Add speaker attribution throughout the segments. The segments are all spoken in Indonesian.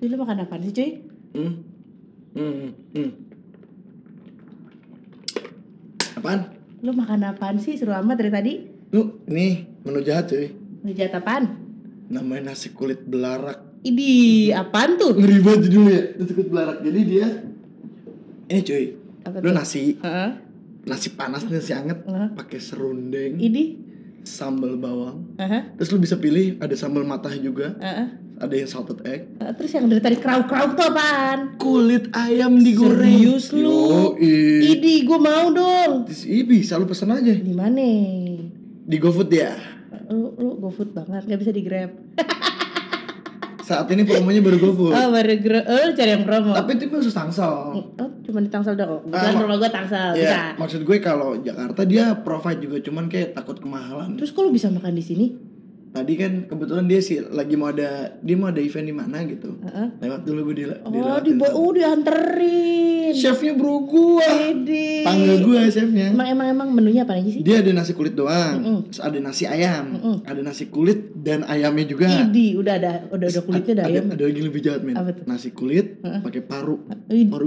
Speaker 1: Dulu makan apa sih cuy?
Speaker 2: Hmm. Hmm. Hmm. Apaan?
Speaker 1: Lu makan apaan sih seru amat dari tadi?
Speaker 2: Lu nih menu jahat cuy.
Speaker 1: Lu jahat apaan?
Speaker 2: Namanya nasi kulit belarak.
Speaker 1: Idi, apaan tuh?
Speaker 2: Ngeri banget dulu ya, nasi kulit belarak. Jadi dia ini cuy,
Speaker 1: Apa
Speaker 2: lu
Speaker 1: tuh?
Speaker 2: nasi
Speaker 1: Heeh.
Speaker 2: nasi panas nasi anget
Speaker 1: Heeh.
Speaker 2: pakai serundeng,
Speaker 1: Idi.
Speaker 2: sambal bawang.
Speaker 1: Heeh.
Speaker 2: Terus lu bisa pilih ada sambal matah juga,
Speaker 1: Heeh.
Speaker 2: ada yang salted egg,
Speaker 1: Heeh, Terus yang dari tadi krauk-krauk tuh apaan?
Speaker 2: kulit ayam digoreng.
Speaker 1: Serius lu?
Speaker 2: Yoi.
Speaker 1: Idi, gua mau dong.
Speaker 2: Ih, bisa lu pesen aja
Speaker 1: Di mana?
Speaker 2: di GoFood ya.
Speaker 1: Lu lu GoFood banget, nggak bisa di Grab.
Speaker 2: Saat ini promonya baru GoFood.
Speaker 1: Oh, baru Grab. Oh, lu cari yang promo.
Speaker 2: Tapi itu khusus Tangsel.
Speaker 1: Oh, cuma di Tangsel doang.
Speaker 2: Ah,
Speaker 1: Kebetulan
Speaker 2: mak-
Speaker 1: rumah gua Tangsel, bisa.
Speaker 2: Ya, maksud gue kalau Jakarta dia provide juga cuman kayak takut kemahalan.
Speaker 1: Terus kok lu bisa makan di sini?
Speaker 2: Tadi kan kebetulan dia sih lagi mau ada dia mau ada event di mana gitu.
Speaker 1: Heeh.
Speaker 2: Lewat dulu gue di
Speaker 1: Oh, dibawa oh, dianterin.
Speaker 2: Chefnya bro gue.
Speaker 1: Idi.
Speaker 2: Panggil gue chefnya.
Speaker 1: Emang emang emang menunya apa aja sih?
Speaker 2: Hmm. Dia ada nasi kulit doang,
Speaker 1: Mm-mm.
Speaker 2: terus ada nasi ayam,
Speaker 1: Mm-mm.
Speaker 2: ada nasi kulit dan ayamnya juga.
Speaker 1: Idi, udah ada udah udah kulitnya
Speaker 2: ada,
Speaker 1: dari
Speaker 2: ada lagi lebih jahat men.
Speaker 1: Apa tuh?
Speaker 2: Nasi kulit pakai paru. Baru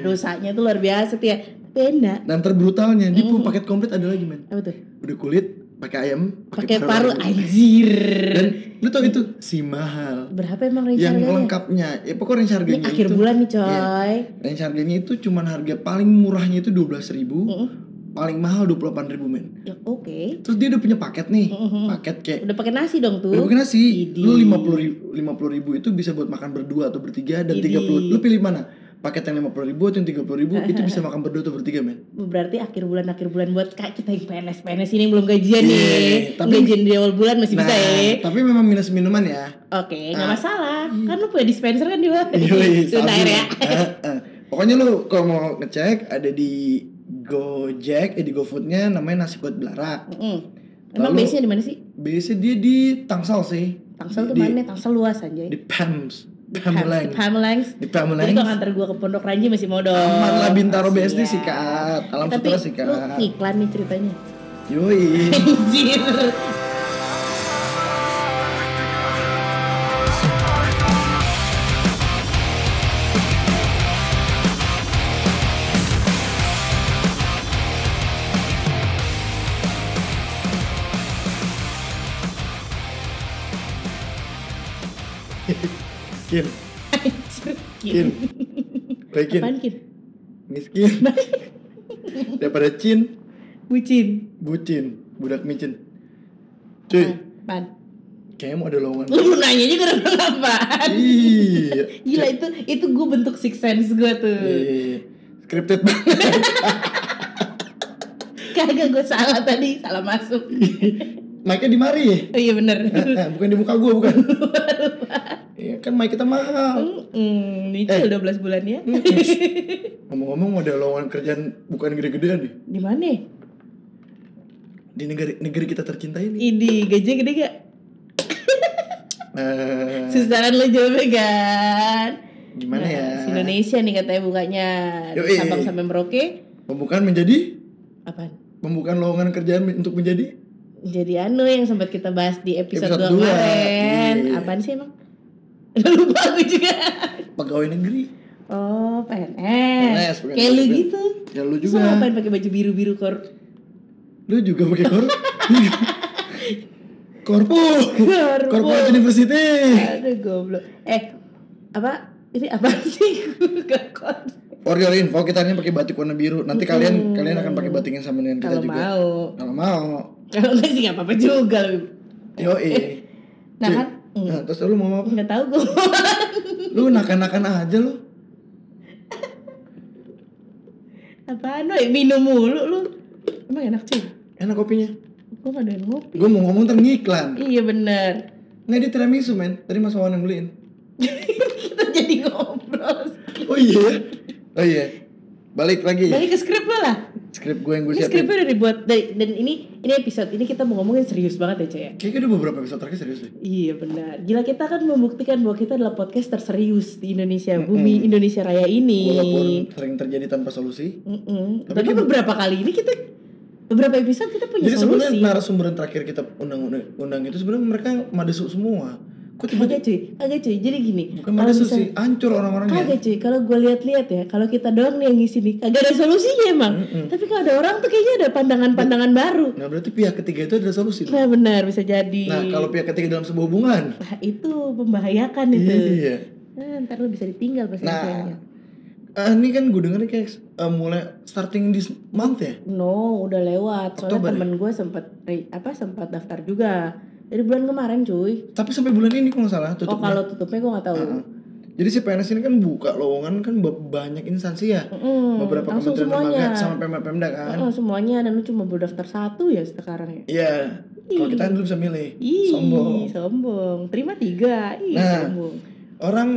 Speaker 1: Ya, dosanya tuh luar biasa tuh ya. Tapi enak.
Speaker 2: Dan terbrutalnya dia punya paket komplit ada lagi men.
Speaker 1: Apa tuh?
Speaker 2: Udah kulit, pakai ayam,
Speaker 1: Pakai paru anjir.
Speaker 2: Dan lu tau itu si mahal.
Speaker 1: Berapa emang range
Speaker 2: yang
Speaker 1: harganya?
Speaker 2: lengkapnya ya pokoknya range
Speaker 1: Ini
Speaker 2: harganya
Speaker 1: akhir
Speaker 2: itu
Speaker 1: bulan nih, coy.
Speaker 2: range harganya itu cuman harga paling murahnya itu 12.000
Speaker 1: Mm-mm.
Speaker 2: paling mahal 28.000 men
Speaker 1: Ya, Oke.
Speaker 2: terus dia udah punya paket nih
Speaker 1: Mm-mm.
Speaker 2: paket kayak
Speaker 1: Udah pakai nasi dong tuh.
Speaker 2: udah bukan nasi
Speaker 1: Idi.
Speaker 2: lu 50 ribu, 50 ribu itu bisa buat makan berdua atau bertiga dan
Speaker 1: Idi.
Speaker 2: 30 lu pilih mana paket yang 50 ribu atau yang 30 ribu itu bisa makan berdua atau bertiga men
Speaker 1: Berarti akhir bulan akhir bulan buat kak kita yang PNS PNS ini belum gajian
Speaker 2: Iya,
Speaker 1: nih.
Speaker 2: tapi-
Speaker 1: gajian di awal bulan masih bisa ya.
Speaker 2: Nah, tapi memang minus minuman ya
Speaker 1: Oke, nggak
Speaker 2: Ah.
Speaker 1: masalah. Kan lu punya dispenser kan di bawah.
Speaker 2: Iya, Yoi,
Speaker 1: Itu
Speaker 2: sabi.
Speaker 1: air ya.
Speaker 2: Eh, eh. Pokoknya lu kalau mau ngecek ada di Gojek, eh di GoFoodnya namanya nasi kulit belarak.
Speaker 1: Mm. Emang
Speaker 2: Lalu-
Speaker 1: base-nya di mana sih?
Speaker 2: Biasanya dia di Tangsel sih.
Speaker 1: Tangsel tuh
Speaker 2: di,
Speaker 1: mana? Tangsel luas
Speaker 2: Di
Speaker 1: anjay.
Speaker 2: Pams,
Speaker 1: Pamelang.
Speaker 2: Pamelang.
Speaker 1: Pamelang.
Speaker 2: Di
Speaker 1: Jadi
Speaker 2: Pamelang.
Speaker 1: kalau nganter gua ke Pondok Ranji masih mau dong.
Speaker 2: Aman lah Bintaro
Speaker 1: Kasian.
Speaker 2: BSD sikat, Alam
Speaker 1: Iya. Tapi
Speaker 2: Sutra
Speaker 1: lu
Speaker 2: sikat.
Speaker 1: iklan nih ceritanya.
Speaker 2: Yoi.
Speaker 1: Anjir. Anjir.
Speaker 2: Kin, kin.
Speaker 1: Kin.
Speaker 2: Baik, kin.
Speaker 1: Apaan kin?
Speaker 2: Miskin. Daripada Cin,
Speaker 1: Bucin.
Speaker 2: bucin, budak micin.
Speaker 1: Nah,
Speaker 2: Cuy,
Speaker 1: Apaan?
Speaker 2: kayaknya mau ada lowongan.
Speaker 1: Lu belum nanya juga udah bilang apaan?
Speaker 2: Iya.
Speaker 1: Gila itu itu gue bentuk six sense gue tuh.
Speaker 2: Iya. Scripted banget.
Speaker 1: Kagak gue salah tadi, salah masuk.
Speaker 2: Mic-nya di mari ya?
Speaker 1: Oh iya bener.
Speaker 2: Eh, eh, bukan di muka gua bukan. Iya kan mic kita mahal.
Speaker 1: Hmm,
Speaker 2: Eh.
Speaker 1: nyicil 12 bulan ya.
Speaker 2: Mm. Ngomong-ngomong mau ada lowongan kerjaan bukan gede-gedean nih
Speaker 1: Di mana?
Speaker 2: di negeri negeri kita tercinta ini.
Speaker 1: Ini gajinya gede gak?
Speaker 2: Eh,
Speaker 1: Susahan lo jawabnya kan.
Speaker 2: gimana ya?
Speaker 1: Nah, si Indonesia nih katanya bukanya
Speaker 2: Yoi.
Speaker 1: Dari Sabang sampai Merauke.
Speaker 2: Pembukaan menjadi
Speaker 1: Apaan?
Speaker 2: pembukaan lowongan kerjaan men- untuk menjadi
Speaker 1: Jadi anu yang sempat kita bahas di episode,
Speaker 2: Episode
Speaker 1: 2
Speaker 2: dua.
Speaker 1: kemarin.
Speaker 2: Iya.
Speaker 1: Apaan sih emang? Lupa aku juga.
Speaker 2: pegawai negeri.
Speaker 1: Oh, PNS.
Speaker 2: PNS, bukan
Speaker 1: Kayak lu
Speaker 2: PNS.
Speaker 1: gitu.
Speaker 2: Ya lu
Speaker 1: Terus lo
Speaker 2: juga.
Speaker 1: ngapain pakai baju biru-biru kor?
Speaker 2: Lu juga pakai kor. Korpo.
Speaker 1: Korpo.
Speaker 2: Korpo University.
Speaker 1: Aduh goblok. Eh, apa? Ini apa sih? Gua Gak kon.
Speaker 2: For your info kita ini pakai batik warna biru. Nanti kalian kalian akan pakai batik yang sama dengan kita
Speaker 1: Kalau
Speaker 2: juga.
Speaker 1: mau.
Speaker 2: Kalau mau.
Speaker 1: Kalau enggak sih nggak apa-apa juga lebih.
Speaker 2: Yo
Speaker 1: Nah, kan
Speaker 2: Nah, terus lu mau apa?
Speaker 1: nggak tahu gue.
Speaker 2: Lu nakan-nakan aja lu.
Speaker 1: Apaan lo minum mulu lu? Emang enak sih?
Speaker 2: Enak kopinya.
Speaker 1: Gue nggak doyan ngopi.
Speaker 2: Gue mau ngomong terngiklan.
Speaker 1: Iya bener.
Speaker 2: Nggak dia tiramisu men. Tadi Mas Wawan yang beliin.
Speaker 1: Kita jadi ngobrol.
Speaker 2: Oh iya. ya? Oh iya. Balik lagi ya.
Speaker 1: Balik ke skrip lo lah.
Speaker 2: Skrip gue yang gue
Speaker 1: Ini
Speaker 2: siapin.
Speaker 1: skripnya udah dibuat dari, dan ini ini episode ini kita mau ngomongin serius banget ya Caya.
Speaker 2: Kayaknya udah beberapa episode terakhir serius deh.
Speaker 1: Iya benar. Gila kita kan membuktikan bahwa kita adalah podcast terserius di Indonesia, bumi Indonesia Raya ini.
Speaker 2: Walaupun sering terjadi tanpa solusi.
Speaker 1: Mm-mm.
Speaker 2: Tapi
Speaker 1: Tapi,
Speaker 2: kita-
Speaker 1: beberapa kali ini kita beberapa episode kita punya
Speaker 2: Jadi sebenarnya
Speaker 1: solusi.
Speaker 2: narasumber yang terakhir kita undang-undang undang itu sebenarnya mereka madesu semua. Kok tiba-tiba
Speaker 1: Kagak cuy, kagak cuy. Jadi gini,
Speaker 2: bukan ada
Speaker 1: misal-
Speaker 2: solusi? Hancur orang-orangnya.
Speaker 1: kagak cuy. Kalau gue lihat-lihat ya, kalau kita doang nih yang ngisi nih, kagak ada solusinya emang.
Speaker 2: Mm-mm.
Speaker 1: Tapi kalau ada orang tuh kayaknya ada pandangan-pandangan baru.
Speaker 2: Nah berarti pihak ketiga itu adalah solusi. dong.
Speaker 1: Nah benar bisa jadi.
Speaker 2: Nah kalau pihak ketiga dalam sebuah hubungan,
Speaker 1: Wah, itu membahayakan Kan itu.
Speaker 2: iya.
Speaker 1: Nah, ntar lu bisa ditinggal pasti
Speaker 2: Nah.
Speaker 1: sayangnya.
Speaker 2: Ah, ini kan gue dengar kayak eh, mulai starting this month ya.
Speaker 1: No, udah lewat. Soalnya
Speaker 2: Oktober ya?
Speaker 1: temen gue sempet re- apa sempat daftar juga dari bulan kemarin cuy.
Speaker 2: Tapi sampai bulan ini kalau nggak
Speaker 1: Oh
Speaker 2: salah tutupnya.
Speaker 1: kalau tutupnya gue nggak tahu.
Speaker 2: Heeh. Jadi si PNS ini kan buka lowongan kan be- banyak instansi ya.
Speaker 1: Mm-mm,
Speaker 2: Beberapa
Speaker 1: Hmm, langsung
Speaker 2: kementerian
Speaker 1: semuanya.
Speaker 2: lembaga sama Pemda-Pemda kan.
Speaker 1: Mm-mm, semuanya dan lu cuma baru daftar satu ya sekarang ya.
Speaker 2: Iya. Kalau
Speaker 1: Ih.
Speaker 2: kita kan dulu bisa milih.
Speaker 1: Ih,
Speaker 2: Sombong.
Speaker 1: sombong. Terima tiga. Ih,
Speaker 2: Nah.
Speaker 1: sombong.
Speaker 2: Orang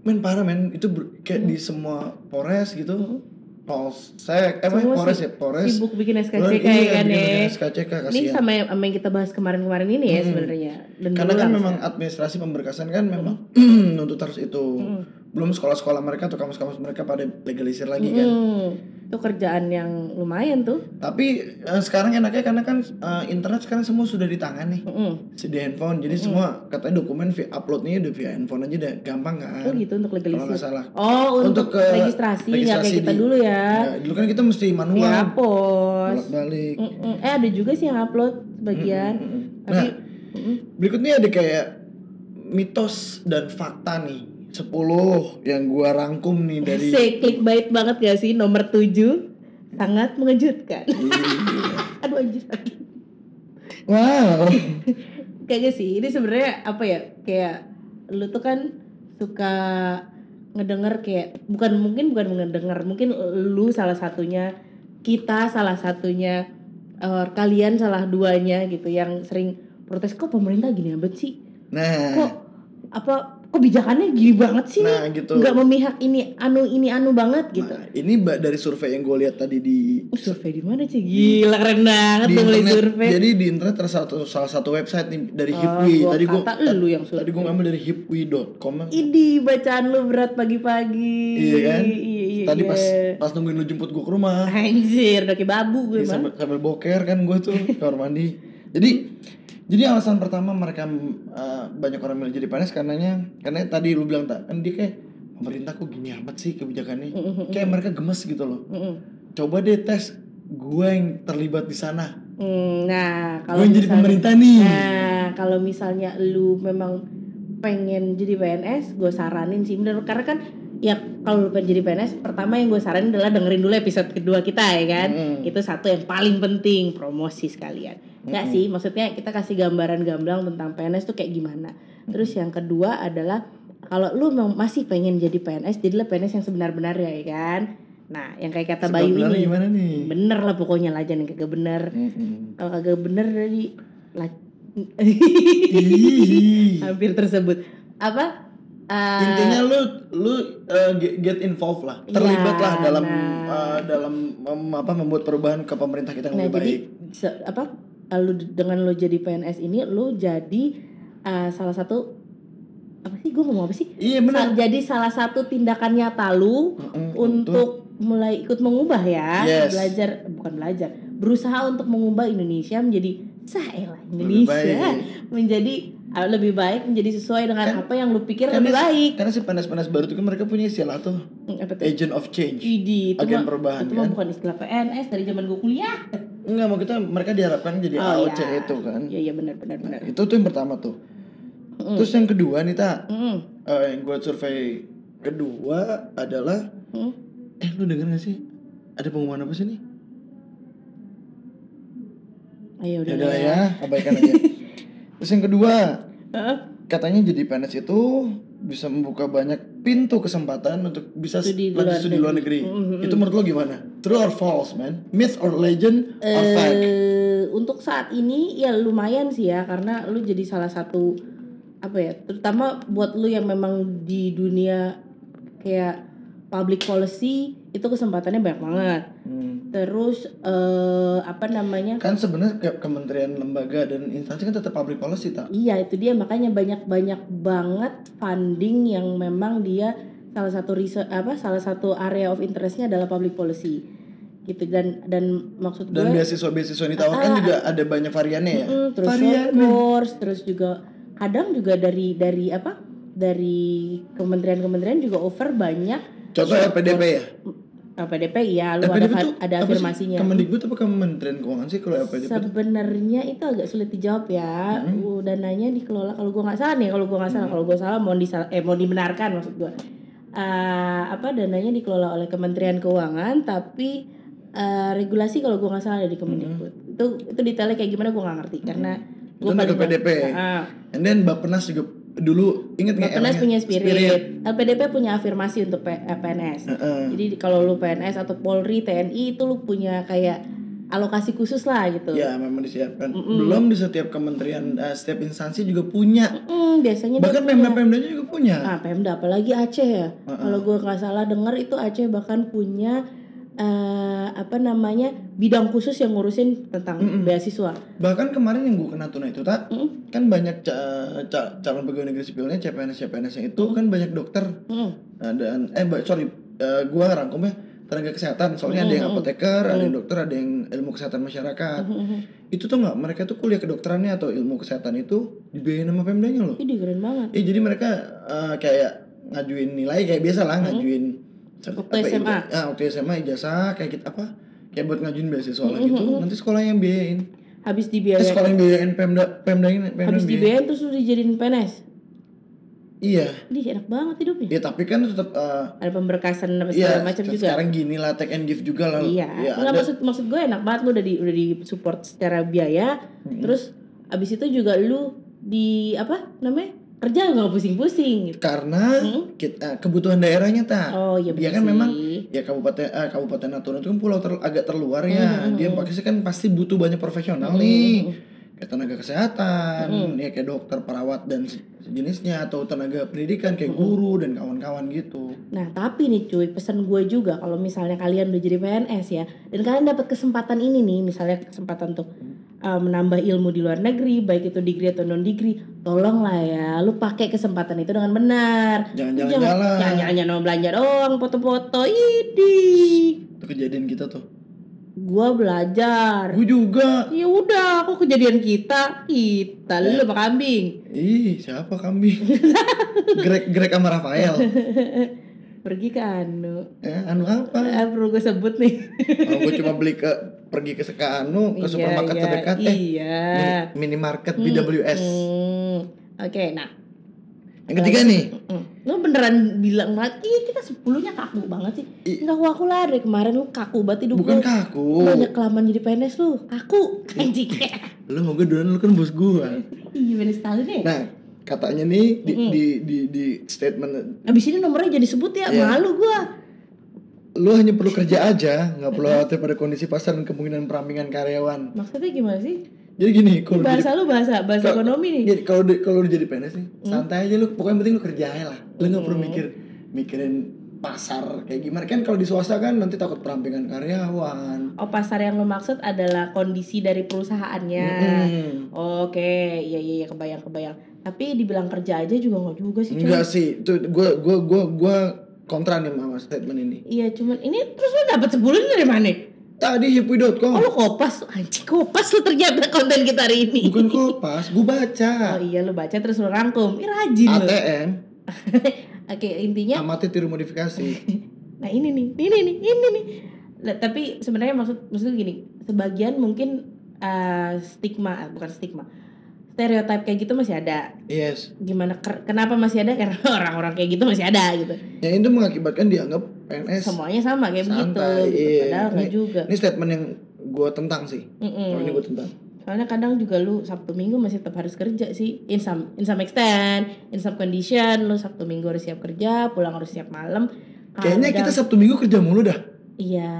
Speaker 2: men parah men itu ber- kayak
Speaker 1: Hmm.
Speaker 2: di semua Polres gitu. Polsek, eh apa ya?
Speaker 1: Semua
Speaker 2: Polres
Speaker 1: si-
Speaker 2: ya, Polres.
Speaker 1: Sibuk bikin
Speaker 2: Orang-
Speaker 1: SKCK
Speaker 2: iya,
Speaker 1: ya kan
Speaker 2: bikin
Speaker 1: ya.
Speaker 2: SKCK
Speaker 1: Ini
Speaker 2: kasihan.
Speaker 1: sama yang, sama yang kita bahas kemarin-kemarin ini ya
Speaker 2: Mm-mm.
Speaker 1: sebenarnya. Hmm. Dan
Speaker 2: Karena kan
Speaker 1: berulang,
Speaker 2: memang
Speaker 1: sekarang.
Speaker 2: administrasi pemberkasan kan memang nuntut harus itu.
Speaker 1: Mm-mm.
Speaker 2: Belum sekolah-sekolah mereka atau kampus-kampus mereka pada legalisir lagi kan.
Speaker 1: Mm-mm. Itu kerjaan yang lumayan tuh.
Speaker 2: Tapi eh, sekarang enaknya karena kan eh, internet sekarang semua sudah di tangan nih,
Speaker 1: Mm-mm.
Speaker 2: di handphone. Jadi semua katanya dokumen via uploadnya udah via handphone aja udah gampang kan.
Speaker 1: Oh gitu untuk
Speaker 2: Kalau nggak
Speaker 1: legalisir.
Speaker 2: salah.
Speaker 1: Oh untuk,
Speaker 2: Untuk, eh,
Speaker 1: registrasi nggak kayak
Speaker 2: registrasi
Speaker 1: kita
Speaker 2: di-
Speaker 1: dulu ya.
Speaker 2: Ya, dulu kan kita mesti
Speaker 1: Ya,
Speaker 2: manual,
Speaker 1: pos.
Speaker 2: bolak-balik.
Speaker 1: Mm-mm. Eh ada juga sih yang upload sebagian.
Speaker 2: Mm-mm, mm-mm.
Speaker 1: Tapi hmm,
Speaker 2: Nah,
Speaker 1: mm-mm.
Speaker 2: berikutnya ada kayak mitos dan fakta nih. 10 yang gua rangkum nih dari
Speaker 1: Asik, clickbait banget gak sih nomor 7 sangat mengejutkan. Aduh anjir.
Speaker 2: Wow.
Speaker 1: Kayaknya sih ini sebenarnya apa ya? Kayak lu tuh kan suka ngedenger kayak bukan mungkin bukan ngedenger, mungkin lu salah satunya, kita salah satunya, eh, kalian salah duanya gitu yang sering protes kok pemerintah gini banget sih? Kok
Speaker 2: Nah,
Speaker 1: apa kebijakannya gini banget sih?
Speaker 2: nah gitu.
Speaker 1: nggak memihak ini anu ini anu banget gitu.
Speaker 2: Nah, ini ba- dari survei yang gue lihat tadi di
Speaker 1: Survei di mana sih? Gila keren banget
Speaker 2: di
Speaker 1: tuh mulai
Speaker 2: internet.
Speaker 1: survei.
Speaker 2: Jadi di internet ada satu- salah satu website nih dari
Speaker 1: Ah,
Speaker 2: Hipwi.
Speaker 1: gua
Speaker 2: Tadi gue
Speaker 1: kata lu yang survei.
Speaker 2: tadi gue ngambil dari hipwi.com.
Speaker 1: Idi bacaan lu berat pagi-pagi.
Speaker 2: Iya kan?
Speaker 1: Iya, iya,
Speaker 2: Tadi
Speaker 1: iya.
Speaker 2: pas pas nungguin lu jemput gue ke rumah,
Speaker 1: anjir udah kayak babu gue
Speaker 2: ya,
Speaker 1: mah.
Speaker 2: sambil, sambil boker kan gue tuh ke kamar mandi. Jadi jadi alasan pertama mereka eh, banyak orang milih jadi PNS karenanya karena tadi lu bilang tak kan dia kayak pemerintah kok gini amat sih kebijakannya.
Speaker 1: Mm-mm,
Speaker 2: Kayak mereka gemes gitu loh.
Speaker 1: mm-mm.
Speaker 2: Coba deh tes gue yang terlibat di sana.
Speaker 1: Mm, Nah, kalau
Speaker 2: Gue yang jadi
Speaker 1: misalnya-
Speaker 2: pemerintah nih.
Speaker 1: Nah, kalau misalnya lu memang pengen jadi PNS, gue saranin sih bener karena kan ya kalau lu pengen jadi PNS, pertama yang gue saranin adalah dengerin dulu episode kedua kita ya kan.
Speaker 2: Mm-mm.
Speaker 1: Itu satu yang paling penting promosi sekalian. Enggak
Speaker 2: Mm-mm.
Speaker 1: sih, maksudnya kita kasih gambaran gamblang tentang PNS tuh kayak gimana. Terus yang kedua adalah kalau lu memang masih pengen jadi PNS, jadilah PNS yang sebenar-benarnya ya kan. Nah, yang kayak kata Bayu
Speaker 2: Sebenarnya
Speaker 1: ini
Speaker 2: gimana nih?
Speaker 1: bener lah pokoknya lah jangan yang kagak bener
Speaker 2: Mm-mm.
Speaker 1: kalau kagak bener dari la-
Speaker 2: Ih.
Speaker 1: hampir tersebut apa Eh,
Speaker 2: intinya lu lu uh, get get involved lah terlibat
Speaker 1: Iya,
Speaker 2: lah dalam
Speaker 1: nah.
Speaker 2: uh, dalam mem- apa membuat perubahan ke pemerintah kita
Speaker 1: nah
Speaker 2: yang lebih
Speaker 1: jadi
Speaker 2: baik
Speaker 1: se- apa eh, lu dengan lo jadi PNS ini lo jadi eh, salah satu apa sih gue ngomong apa sih
Speaker 2: iya
Speaker 1: Sa-
Speaker 2: benar
Speaker 1: jadi salah satu tindakan nyata lu
Speaker 2: Mm-mm,
Speaker 1: untuk mulai ikut mengubah ya
Speaker 2: Yes.
Speaker 1: belajar bukan belajar berusaha untuk mengubah Indonesia menjadi saelah
Speaker 2: lebih
Speaker 1: Indonesia menjadi ah, lebih baik menjadi sesuai dengan
Speaker 2: Kan-
Speaker 1: apa yang lu pikir
Speaker 2: kan
Speaker 1: lebih
Speaker 2: ini-
Speaker 1: baik.
Speaker 2: karena si panas-panas baru itu kan mereka punya istilah tuh
Speaker 1: Hmm, Apa tuh?
Speaker 2: agent of change
Speaker 1: Idi, Iya, itu
Speaker 2: agen
Speaker 1: mah
Speaker 2: perubahan
Speaker 1: itu mah
Speaker 2: kan
Speaker 1: bukan istilah PNS dari zaman gue kuliah.
Speaker 2: enggak mau kita mereka diharapkan jadi
Speaker 1: Oh,
Speaker 2: AOC
Speaker 1: iya.
Speaker 2: Ya, itu kan
Speaker 1: Iya iya benar benar benar.
Speaker 2: itu tuh yang pertama tuh
Speaker 1: Mm.
Speaker 2: terus yang kedua nih ta
Speaker 1: Mm,
Speaker 2: eh, yang gue survei kedua adalah
Speaker 1: mm.
Speaker 2: eh lu denger gak sih ada pengumuman apa sih nih
Speaker 1: Ayo Ah, udah.
Speaker 2: Ya udah lah ya, abaikan aja. Terus yang kedua,
Speaker 1: Heeh,
Speaker 2: katanya jadi PNS itu bisa membuka banyak pintu kesempatan untuk bisa
Speaker 1: Studi di
Speaker 2: lanjut
Speaker 1: luar
Speaker 2: studi di luar negeri.
Speaker 1: negeri. Mhm.
Speaker 2: Itu menurut lo gimana? True or false, man? Myth or legend or fact?
Speaker 1: Eh, untuk saat ini ya lumayan sih ya karena lu jadi salah satu apa ya terutama buat lu yang memang di dunia kayak public policy itu kesempatannya banyak banget.
Speaker 2: Hmm.
Speaker 1: Terus eh apa namanya?
Speaker 2: Kan sebenarnya ke- kementerian, lembaga dan instansi kan tetap public policy tak?
Speaker 1: Iya itu dia makanya banyak-banyak banget funding yang memang dia salah satu riset apa salah satu area of interestnya adalah public policy gitu dan dan maksud
Speaker 2: Dan
Speaker 1: gue
Speaker 2: beasiswa-beasiswa yang ditawarkan
Speaker 1: Ah, ah,
Speaker 2: juga ada banyak variannya ya.
Speaker 1: mm, terus short
Speaker 2: Variannya.
Speaker 1: course terus juga kadang juga dari dari apa dari kementerian-kementerian juga over banyak
Speaker 2: Contoh LPDP ya.
Speaker 1: PDP ya lu ada
Speaker 2: LPDP tuh
Speaker 1: ada
Speaker 2: apa sih?
Speaker 1: afirmasinya
Speaker 2: Kemendikbud apa Kementerian Keuangan sih kalau LPDP? tuh?
Speaker 1: Sebenarnya itu agak sulit dijawab ya.
Speaker 2: Mhm.
Speaker 1: Dananya dikelola kalau gua nggak salah nih, kalau gua nggak salah,
Speaker 2: Mhm.
Speaker 1: kalau gua salah mau disal eh mau dibenarkan maksud gua. Eh, apa dananya dikelola oleh Kementerian Keuangan tapi eh, regulasi kalau gua nggak salah ada di Kemendikbud. Itu itu detailnya kayak gimana gua nggak ngerti karena
Speaker 2: Hmm. Itu ada PDP.
Speaker 1: Heeh.
Speaker 2: And then Bapenas juga dulu inget nggak?
Speaker 1: Bapenas
Speaker 2: yang-
Speaker 1: punya spirit. LPDP punya afirmasi untuk P- eh, PNS.
Speaker 2: Heeh.
Speaker 1: Jadi di- kalau lu PNS atau Polri, TNI itu lu punya kayak alokasi khusus lah gitu.
Speaker 2: Ya memang disiapkan.
Speaker 1: Mm-mm.
Speaker 2: Belum di setiap kementerian, eh, setiap instansi juga punya.
Speaker 1: Mm, biasanya dia
Speaker 2: Bahkan
Speaker 1: punya.
Speaker 2: pemda-pemdanya juga punya.
Speaker 1: Ah, Pemda apalagi Aceh ya.
Speaker 2: Heeh.
Speaker 1: Kalau gue nggak salah dengar itu Aceh bahkan punya eh, apa namanya bidang khusus yang ngurusin tentang
Speaker 2: Mm-mm.
Speaker 1: beasiswa.
Speaker 2: Bahkan kemarin yang gue kena tuna itu tak,
Speaker 1: Mm.
Speaker 2: kan banyak ca- ca- calon pegawai negeri sipilnya CPNS CPNS nya itu kan banyak dokter
Speaker 1: Mm.
Speaker 2: Nah, dan eh ba- sorry eh, gua rangkumnya tenaga kesehatan soalnya ada yang
Speaker 1: Mm, mm,
Speaker 2: apoteker ada yang
Speaker 1: Mm.
Speaker 2: dokter ada yang ilmu kesehatan masyarakat
Speaker 1: Mm-mm.
Speaker 2: itu tuh nggak mereka tuh kuliah kedokterannya atau ilmu kesehatan itu dibiayain sama pemdanya loh
Speaker 1: Ih, keren banget.
Speaker 2: eh, jadi mereka eh, kayak ngajuin nilai kayak biasa lah ngajuin cer-
Speaker 1: Hmm. Waktu SMA.
Speaker 2: ija- ah, waktu SMA ijazah kayak kita apa kayak buat ngajuin beasiswa lah
Speaker 1: Mm,
Speaker 2: gitu
Speaker 1: mm, mm.
Speaker 2: nanti sekolah yang biayain
Speaker 1: Habis
Speaker 2: eh,
Speaker 1: dibiayain,
Speaker 2: sekolah yang biayain pemda pemda
Speaker 1: Iya,
Speaker 2: ini pemda
Speaker 1: habis
Speaker 2: yang biayain.
Speaker 1: dibiayain terus lu dijadiin PNS.
Speaker 2: iya
Speaker 1: Ih, enak banget hidupnya.
Speaker 2: ya tapi kan tetap eh,
Speaker 1: Ada pemberkasan apa segala
Speaker 2: Iya,
Speaker 1: macam
Speaker 2: se-
Speaker 1: juga.
Speaker 2: sekarang gini lah take and give juga lah.
Speaker 1: Iya.
Speaker 2: Ya,
Speaker 1: Nggak,
Speaker 2: ada.
Speaker 1: maksud maksud gue enak banget lu udah di udah di support secara biaya.
Speaker 2: Mm-mm.
Speaker 1: Terus abis itu juga lu di apa namanya kerja nggak pusing-pusing. gitu.
Speaker 2: karena
Speaker 1: Mm.
Speaker 2: kita eh, kebutuhan daerahnya tak.
Speaker 1: Oh iya bener
Speaker 2: Dia kan memang
Speaker 1: sih.
Speaker 2: Ya kabupaten eh, kabupaten Natuna itu kan pulau ter- agak terluar ya.
Speaker 1: Mm, mm,
Speaker 2: Dia
Speaker 1: mm.
Speaker 2: pasti kan pasti butuh banyak profesional
Speaker 1: Mm,
Speaker 2: nih.
Speaker 1: mm,
Speaker 2: Kayak tenaga kesehatan,
Speaker 1: Mm.
Speaker 2: ya kayak dokter, perawat dan se- sejenisnya atau tenaga pendidikan kayak
Speaker 1: Mm.
Speaker 2: guru dan kawan-kawan gitu.
Speaker 1: Nah tapi nih cuy pesan gue juga kalau misalnya kalian udah jadi PNS ya dan kalian dapat kesempatan ini nih misalnya kesempatan untuk uh, menambah ilmu di luar negeri baik itu degree atau non degree tolonglah ya lu pakai kesempatan itu dengan benar
Speaker 2: Jangan
Speaker 1: Lu
Speaker 2: jalan jalan.
Speaker 1: Iya, jangan jalan-jalan sama belanja doang foto-foto ini
Speaker 2: Itu kejadian kita tuh.
Speaker 1: gue belajar
Speaker 2: Gue juga.
Speaker 1: ya udah kok kejadian kita kita lu apa kambing
Speaker 2: Ih, siapa kambing? Greg Greg sama Rafael.
Speaker 1: pergi ke anu
Speaker 2: Eh, anu apa?
Speaker 1: Eh, perlu gue sebut nih
Speaker 2: Kalau gue cuma beli ke pergi ke Sekanu ke
Speaker 1: Iya,
Speaker 2: supermarket
Speaker 1: iya,
Speaker 2: terdekat eh
Speaker 1: iya
Speaker 2: mini- minimarket
Speaker 1: Hmm,
Speaker 2: BWS.
Speaker 1: hmm. Oke, nah.
Speaker 2: Yang ketiga nih,
Speaker 1: mm, Lu beneran bilang banget, ih kita sepuluhnya kaku banget sih.
Speaker 2: Ih.
Speaker 1: Enggak aku aku lah dari kemarin lu kaku banget hidup lu.
Speaker 2: bukan kaku.
Speaker 1: Lu Banyak kelamaan jadi PNS lu. Kaku. Anjing.
Speaker 2: Lu mau gue duluan lu kan bos gue.
Speaker 1: Iya bener sekali deh.
Speaker 2: Nah, katanya nih di
Speaker 1: Mm-mm.
Speaker 2: di di, di statement
Speaker 1: Abis ini nomornya jadi sebut ya,
Speaker 2: Iya.
Speaker 1: malu gua.
Speaker 2: lu hanya perlu kerja aja, nggak perlu khawatir pada kondisi pasar dan kemungkinan perampingan karyawan.
Speaker 1: Maksudnya gimana sih?
Speaker 2: Jadi gini,
Speaker 1: Ini
Speaker 2: kalau jadi Iya.
Speaker 1: bahasa lu bahasa bahasa
Speaker 2: Kalau-
Speaker 1: ekonomi nih.
Speaker 2: jadi kalau di- kalau lu jadi PNS nih, santai aja lu. Pokoknya yang penting lu kerja aja lah. Lu nggak perlu
Speaker 1: Mm.
Speaker 2: mikir mikirin pasar kayak gimana kan kalau di swasta kan nanti takut perampingan karyawan
Speaker 1: Oh, pasar yang lu maksud adalah kondisi dari perusahaannya.
Speaker 2: Mm-mm.
Speaker 1: Oke, iya iya iya, kebayang kebayang. Tapi dibilang kerja aja juga nggak juga sih. cuy.
Speaker 2: Enggak sih, itu gue gue gue gue kontra nih sama statement ini.
Speaker 1: Iya cuman ini terus lu dapat sebulan dari mana?
Speaker 2: Hmm. Tadi hipui.com
Speaker 1: Oh lu kopas, anjing kopas lu ternyata konten kita hari ini.
Speaker 2: bukan kopas, gue baca.
Speaker 1: Oh iya lu baca terus lu rangkum, ini rajin lu.
Speaker 2: ATM,
Speaker 1: Oke intinya,
Speaker 2: amati tiru modifikasi.
Speaker 1: nah ini nih, ini nih, ini nih. Lah, tapi sebenarnya maksud maksud gini, sebagian mungkin eh, stigma ah, bukan stigma, stereotip kayak gitu masih ada.
Speaker 2: Yes,
Speaker 1: Gimana ker- kenapa masih ada? Karena orang-orang kayak gitu masih ada gitu.
Speaker 2: yang itu mengakibatkan dianggap PNS.
Speaker 1: Semuanya sama kayak begitu.
Speaker 2: Santai,
Speaker 1: Gitu.
Speaker 2: iya.
Speaker 1: Padahal nggak juga.
Speaker 2: Ini statement yang gue tentang sih.
Speaker 1: Mm-mm.
Speaker 2: Kalau ini gue tentang.
Speaker 1: Soalnya kadang juga lu Sabtu Minggu masih tetap harus kerja sih In some, in some extent, in some condition Lu Sabtu Minggu harus siap kerja, pulang harus siap malam
Speaker 2: Kayaknya
Speaker 1: Kadang-
Speaker 2: kita Sabtu Minggu kerja mulu dah.
Speaker 1: Iya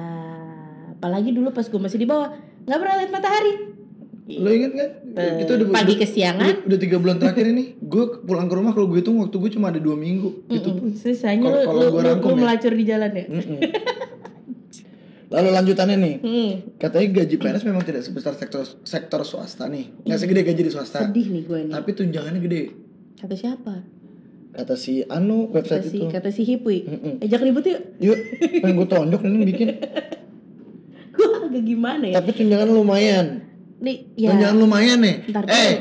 Speaker 1: Apalagi dulu pas gue masih di bawah Gak pernah lihat matahari
Speaker 2: Lo inget kan?
Speaker 1: Eh,
Speaker 2: Kita udah
Speaker 1: Pagi
Speaker 2: udah,
Speaker 1: kesiangan
Speaker 2: udah tiga bulan terakhir ini. Gue pulang ke rumah kalau gue hitung waktu gue cuma ada dua minggu. Gitu pun.
Speaker 1: Mm-mm. Sisanya lu,
Speaker 2: Kalau- kalau
Speaker 1: lu, lu-
Speaker 2: gua
Speaker 1: lu
Speaker 2: rangkum ya.
Speaker 1: melacur di jalan ya
Speaker 2: Mm-mm. Lalu lanjutannya nih.
Speaker 1: Mm.
Speaker 2: Katanya gaji PNS memang tidak sebesar sektor sektor swasta nih. Nggak segede gaji di swasta.
Speaker 1: Sedih nih gue nih
Speaker 2: Tapi tunjangannya gede.
Speaker 1: Kata siapa?
Speaker 2: Kata si Anu
Speaker 1: Kata
Speaker 2: website
Speaker 1: si,
Speaker 2: itu.
Speaker 1: kata si Hipui
Speaker 2: Mm-mm.
Speaker 1: Ejak ribut yuk
Speaker 2: Yuk, pengen gue tonjok nih bikin.
Speaker 1: Gue agak gimana ya
Speaker 2: Tapi tunjangan lumayan.
Speaker 1: Nih ya
Speaker 2: Tunjangan lumayan nih.
Speaker 1: Ntar dulu.
Speaker 2: eh,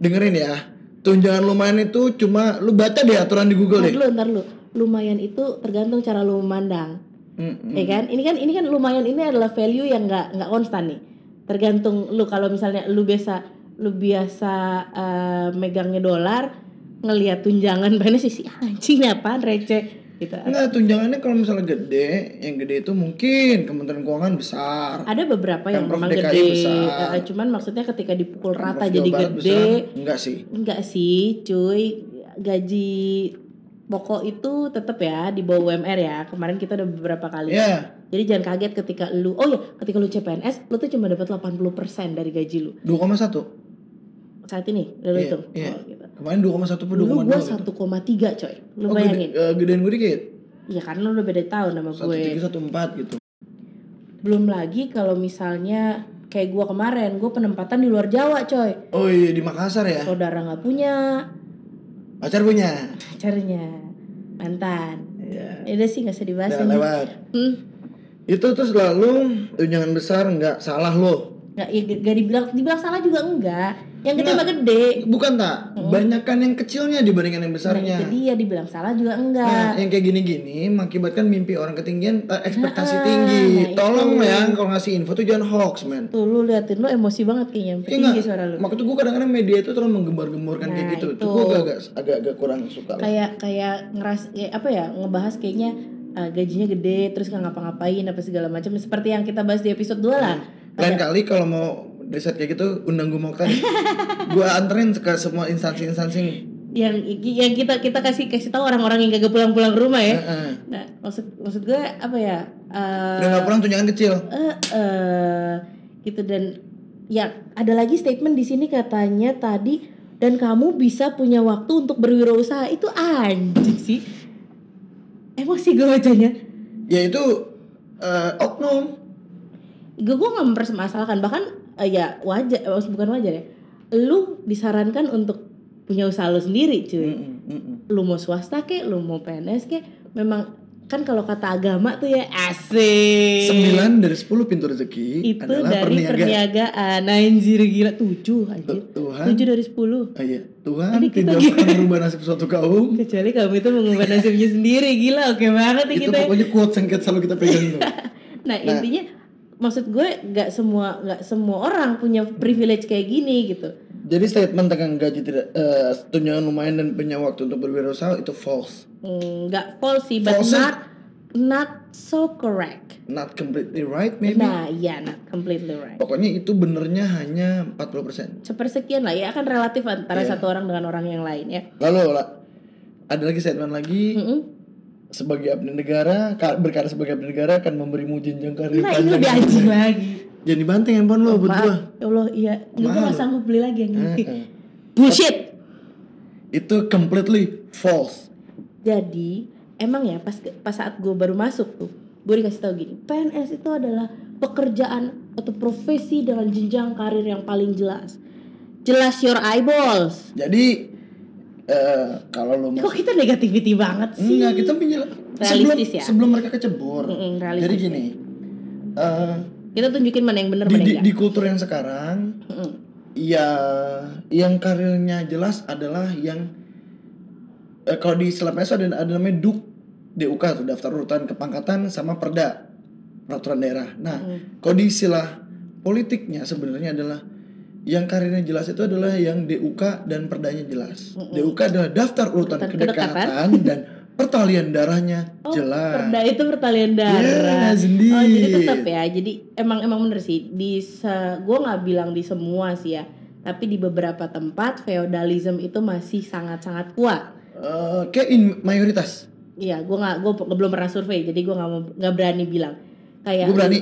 Speaker 2: dengerin ya. tunjangan lumayan itu cuma lu baca deh aturan di Google
Speaker 1: Ntar
Speaker 2: deh.
Speaker 1: dulu, ntar dulu. Lumayan itu tergantung cara lu memandang,
Speaker 2: Mm-mm.
Speaker 1: ya kan? Ini kan ini kan lumayan ini adalah value yang nggak nggak konstan nih. Tergantung lu kalau misalnya lu biasa lu biasa eh, megangnya dolar, ngelihat tunjangan banyak sih anjing nih apaan receh gitu.
Speaker 2: Enggak, tunjangannya kalau misalnya gede, yang gede itu mungkin Kementerian Keuangan besar.
Speaker 1: Ada beberapa yang
Speaker 2: Pemprov
Speaker 1: memang
Speaker 2: DKI
Speaker 1: gede,
Speaker 2: besar.
Speaker 1: eh, cuman maksudnya ketika dipukul rata
Speaker 2: Pemprov
Speaker 1: jadi
Speaker 2: Jawa Barat
Speaker 1: gede.
Speaker 2: besar. Enggak sih.
Speaker 1: Enggak sih, cuy. Gaji pokok itu tetap ya di bawah UMR ya. Kemarin kita udah beberapa kali.
Speaker 2: Ya,
Speaker 1: Jadi jangan kaget ketika lu oh ya, ketika lu CPNS, lu tuh cuma dapat 80% dari gaji lu.
Speaker 2: 2,1.
Speaker 1: Saat ini udah lu
Speaker 2: Iya,
Speaker 1: hitung.
Speaker 2: iya.
Speaker 1: Oh, gitu.
Speaker 2: Kemarin 2,1 apa 2,2
Speaker 1: Dulu gua
Speaker 2: gitu.
Speaker 1: 1,3 coy. Lu
Speaker 2: Oh, gede,
Speaker 1: bayangin.
Speaker 2: eh, gedean gue dikit.
Speaker 1: Iya karena lu udah beda tahun sama gue.
Speaker 2: 1,3, 1,4 gitu.
Speaker 1: Belum lagi kalau misalnya kayak gua kemarin, gua penempatan di luar Jawa coy.
Speaker 2: Oh iya, di Makassar ya.
Speaker 1: Saudara nggak punya,
Speaker 2: Pacar punya.
Speaker 1: pacarnya mantan.
Speaker 2: Iya.
Speaker 1: Ya udah sih nggak usah dibahas.
Speaker 2: Udah
Speaker 1: ini.
Speaker 2: lewat.
Speaker 1: Hmm.
Speaker 2: Itu tuh selalu tunjangan besar nggak salah lo.
Speaker 1: Nggak, ya, nggak dibilang, dibilang salah juga enggak. Yang gede
Speaker 2: Nggak.
Speaker 1: mah gede.
Speaker 2: Bukan tak? Banyakkan yang kecilnya dibandingkan yang
Speaker 1: Hmm. Nah,
Speaker 2: besarnya.
Speaker 1: itu dia dibilang salah juga
Speaker 2: Nah,
Speaker 1: enggak.
Speaker 2: yang kayak gini-gini mengakibatkan mimpi orang ketinggian eh, ekspektasi
Speaker 1: Nah,
Speaker 2: tinggi.
Speaker 1: nah
Speaker 2: Tolong
Speaker 1: itu.
Speaker 2: ya kalau ngasih info tuh jangan hoax, men.
Speaker 1: Tuh lu liatin lu emosi banget kayaknya.
Speaker 2: Iya
Speaker 1: Tinggi
Speaker 2: nggak?
Speaker 1: suara lu.
Speaker 2: Makanya gue kadang-kadang media itu terlalu menggembar-gemborkan kayak
Speaker 1: Nah,
Speaker 2: gitu. Itu
Speaker 1: itu.
Speaker 2: gue agak-agak agak-agak kurang suka. Gitu lah.
Speaker 1: Kayak kayak ngeras kayak apa ya ngebahas kayaknya ah, gajinya gede terus nggak ngapa-ngapain apa segala macam seperti yang kita bahas di episode 2 lah.
Speaker 2: Lain kali kalau mau riset kayak gitu undang gue mau tadi. gue anterin ke semua instansi-instansi.
Speaker 1: Yang yang kita kita kasih kasih tahu orang-orang yang kagak pulang-pulang ke rumah ya.
Speaker 2: Heeh.
Speaker 1: Nah, maksud maksud gue apa ya? eh,
Speaker 2: Udah nggak pulang tunjangan kecil.
Speaker 1: eh eh, gitu dan ya ada lagi statement di sini katanya tadi dan kamu bisa punya waktu untuk berwirausaha itu anjing sih emosi gue bacanya
Speaker 2: Ya itu eh, oknum.
Speaker 1: gue gue nggak mempermasalahkan bahkan eh, ya wajar eh, bukan wajar ya lu disarankan untuk punya usaha lu sendiri cuy
Speaker 2: Mm-mm, mm-mm.
Speaker 1: lu mau swasta kek lu mau PNS kek memang kan kalau kata agama tuh ya asik
Speaker 2: Sembilan dari sepuluh pintu rezeki
Speaker 1: itu
Speaker 2: adalah
Speaker 1: dari
Speaker 2: perniagaan.
Speaker 1: perniagaan anjir gila tujuh anjir
Speaker 2: Tu- Tuhan
Speaker 1: tujuh dari sepuluh
Speaker 2: Ah, iya. Tuhan
Speaker 1: Tadi kita
Speaker 2: tidak akan merubah nasib suatu kaum.
Speaker 1: kecuali kamu itu mengubah nasibnya sendiri gila oke banget nih
Speaker 2: itu
Speaker 1: kita
Speaker 2: pokoknya quotes yang selalu kita pegang tuh.
Speaker 1: nah intinya maksud gue nggak semua nggak semua orang punya privilege kayak gini gitu
Speaker 2: Jadi statement tentang gaji tidak eh, tunjangan lumayan dan punya waktu untuk berwirausaha itu false,
Speaker 1: Hmm, nggak false sih but
Speaker 2: False.
Speaker 1: not not so correct
Speaker 2: not completely right maybe.
Speaker 1: nah iya not completely right
Speaker 2: Pokoknya itu benernya hanya 40%.
Speaker 1: sepersekian lah ya kan relatif antara
Speaker 2: Iya.
Speaker 1: satu orang dengan orang yang lain ya
Speaker 2: Lalu lah, ada lagi statement lagi
Speaker 1: Mm-mm.
Speaker 2: sebagai abdi negara ka- berkarya sebagai abdi negara akan memberimu jenjang karir
Speaker 1: nah ini
Speaker 2: panjang.
Speaker 1: lebih anjing lagi
Speaker 2: Jangan dibanting handphone lo Eh, buat gua.
Speaker 1: Maaf, ya Allah, iya. Gue
Speaker 2: Mahal.
Speaker 1: gak sanggup beli lagi yang ini.
Speaker 2: Heeh.
Speaker 1: Bullshit.
Speaker 2: Itu completely false.
Speaker 1: Jadi, emang ya pas pas saat gue baru masuk tuh, gue dikasih tahu gini, PNS itu adalah pekerjaan atau profesi dengan jenjang karir yang paling jelas. Jelas your eyeballs.
Speaker 2: Jadi eh kalau lo mau
Speaker 1: Kok kita negativity banget sih?
Speaker 2: Enggak, kita menjel-
Speaker 1: Realistis
Speaker 2: sebelum,
Speaker 1: ya?
Speaker 2: sebelum mereka kecebur.
Speaker 1: Mm-mm, realistis.
Speaker 2: Jadi gini, eh,
Speaker 1: Kita tunjukin mana yang bener
Speaker 2: di,
Speaker 1: mana
Speaker 2: di,
Speaker 1: yang
Speaker 2: di
Speaker 1: enggak.
Speaker 2: kultur yang sekarang,
Speaker 1: Mm-mm.
Speaker 2: ya yang karirnya jelas adalah yang eh, kalau di istilah PSO ada, ada namanya DUK, DUK tuh daftar urutan kepangkatan sama Perda peraturan daerah. Nah,
Speaker 1: Mm.
Speaker 2: kalau di istilah politiknya sebenarnya adalah yang karirnya jelas itu adalah yang DUK dan perdanya jelas.
Speaker 1: Mm-mm.
Speaker 2: DUK adalah daftar urutan
Speaker 1: Urutan
Speaker 2: kedekatan dan pertalian darahnya
Speaker 1: Oh,
Speaker 2: jelas.
Speaker 1: Perda itu pertalian darah.
Speaker 2: Yeah, sendiri.
Speaker 1: Oh jadi tetap ya. Jadi emang emang bener sih di se gue nggak bilang di semua sih ya. Tapi di beberapa tempat feodalism itu masih sangat-sangat kuat.
Speaker 2: Eh, kayak in- mayoritas.
Speaker 1: Iya, gue nggak gue belum pernah survei, jadi gue nggak mau nggak berani bilang. Kayak
Speaker 2: Gue berani.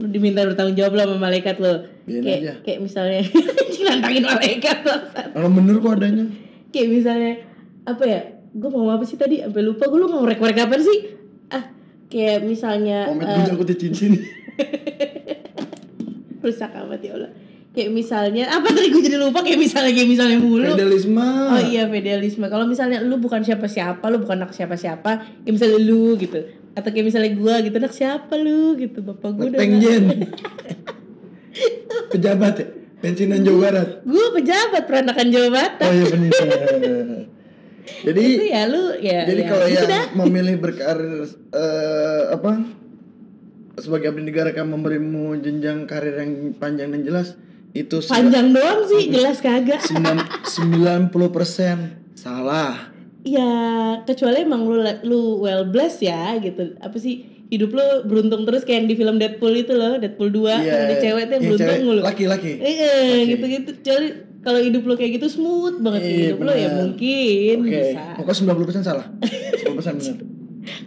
Speaker 1: lu diminta bertanggung jawab lah sama malaikat lo.
Speaker 2: Biarin
Speaker 1: Kayak
Speaker 2: aja.
Speaker 1: kayak misalnya cilantangin malaikat bangsat.
Speaker 2: Kalau bener kok adanya.
Speaker 1: Kayak misalnya apa ya? Gue mau apa sih tadi? Sampai lupa gue lu mau ngorek-ngorek apa sih? Ah, kayak misalnya
Speaker 2: Komet
Speaker 1: eh,
Speaker 2: gue jangkut di cincin.
Speaker 1: rusak amat ya Allah. Kayak misalnya apa tadi gue jadi lupa kayak misalnya kayak misalnya mulu.
Speaker 2: Feudalisme.
Speaker 1: Oh iya feudalisme. Kalau misalnya lu bukan siapa-siapa, lu bukan anak siapa-siapa, kayak misalnya lu gitu. Atau kayak misalnya gua gitu, anak siapa lu gitu. Bapak gua udah
Speaker 2: Ngeteng
Speaker 1: nggak-
Speaker 2: Jen. Pejabat ya. pensiunan Jawa Barat
Speaker 1: Gue pejabat peranakan Jawa Barat.
Speaker 2: oh iya benar
Speaker 1: ya.
Speaker 2: jadi
Speaker 1: Itu ya lu ya.
Speaker 2: jadi
Speaker 1: ya.
Speaker 2: kalau
Speaker 1: Itu
Speaker 2: yang
Speaker 1: dah.
Speaker 2: memilih berkarir eh, apa sebagai abdi negara kan memberimu jenjang karir yang panjang dan jelas itu sudah
Speaker 1: panjang doang sih jelas kagak.
Speaker 2: sembilan puluh salah
Speaker 1: Ya kecuali emang lu lu well blessed ya gitu. Apa sih hidup lu beruntung terus kayak yang di film Deadpool itu loh, Deadpool 2
Speaker 2: Iya,
Speaker 1: yang ada cewek tuh yang
Speaker 2: iya,
Speaker 1: beruntung
Speaker 2: cewek.
Speaker 1: mulu.
Speaker 2: laki-laki
Speaker 1: Iya,
Speaker 2: Oke.
Speaker 1: gitu-gitu. Jadi kalau hidup lo kayak gitu smooth banget
Speaker 2: Iya,
Speaker 1: hidup lo ya
Speaker 2: benar.
Speaker 1: mungkin
Speaker 2: Oke,
Speaker 1: bisa.
Speaker 2: pokoknya 90% salah. 10% benar.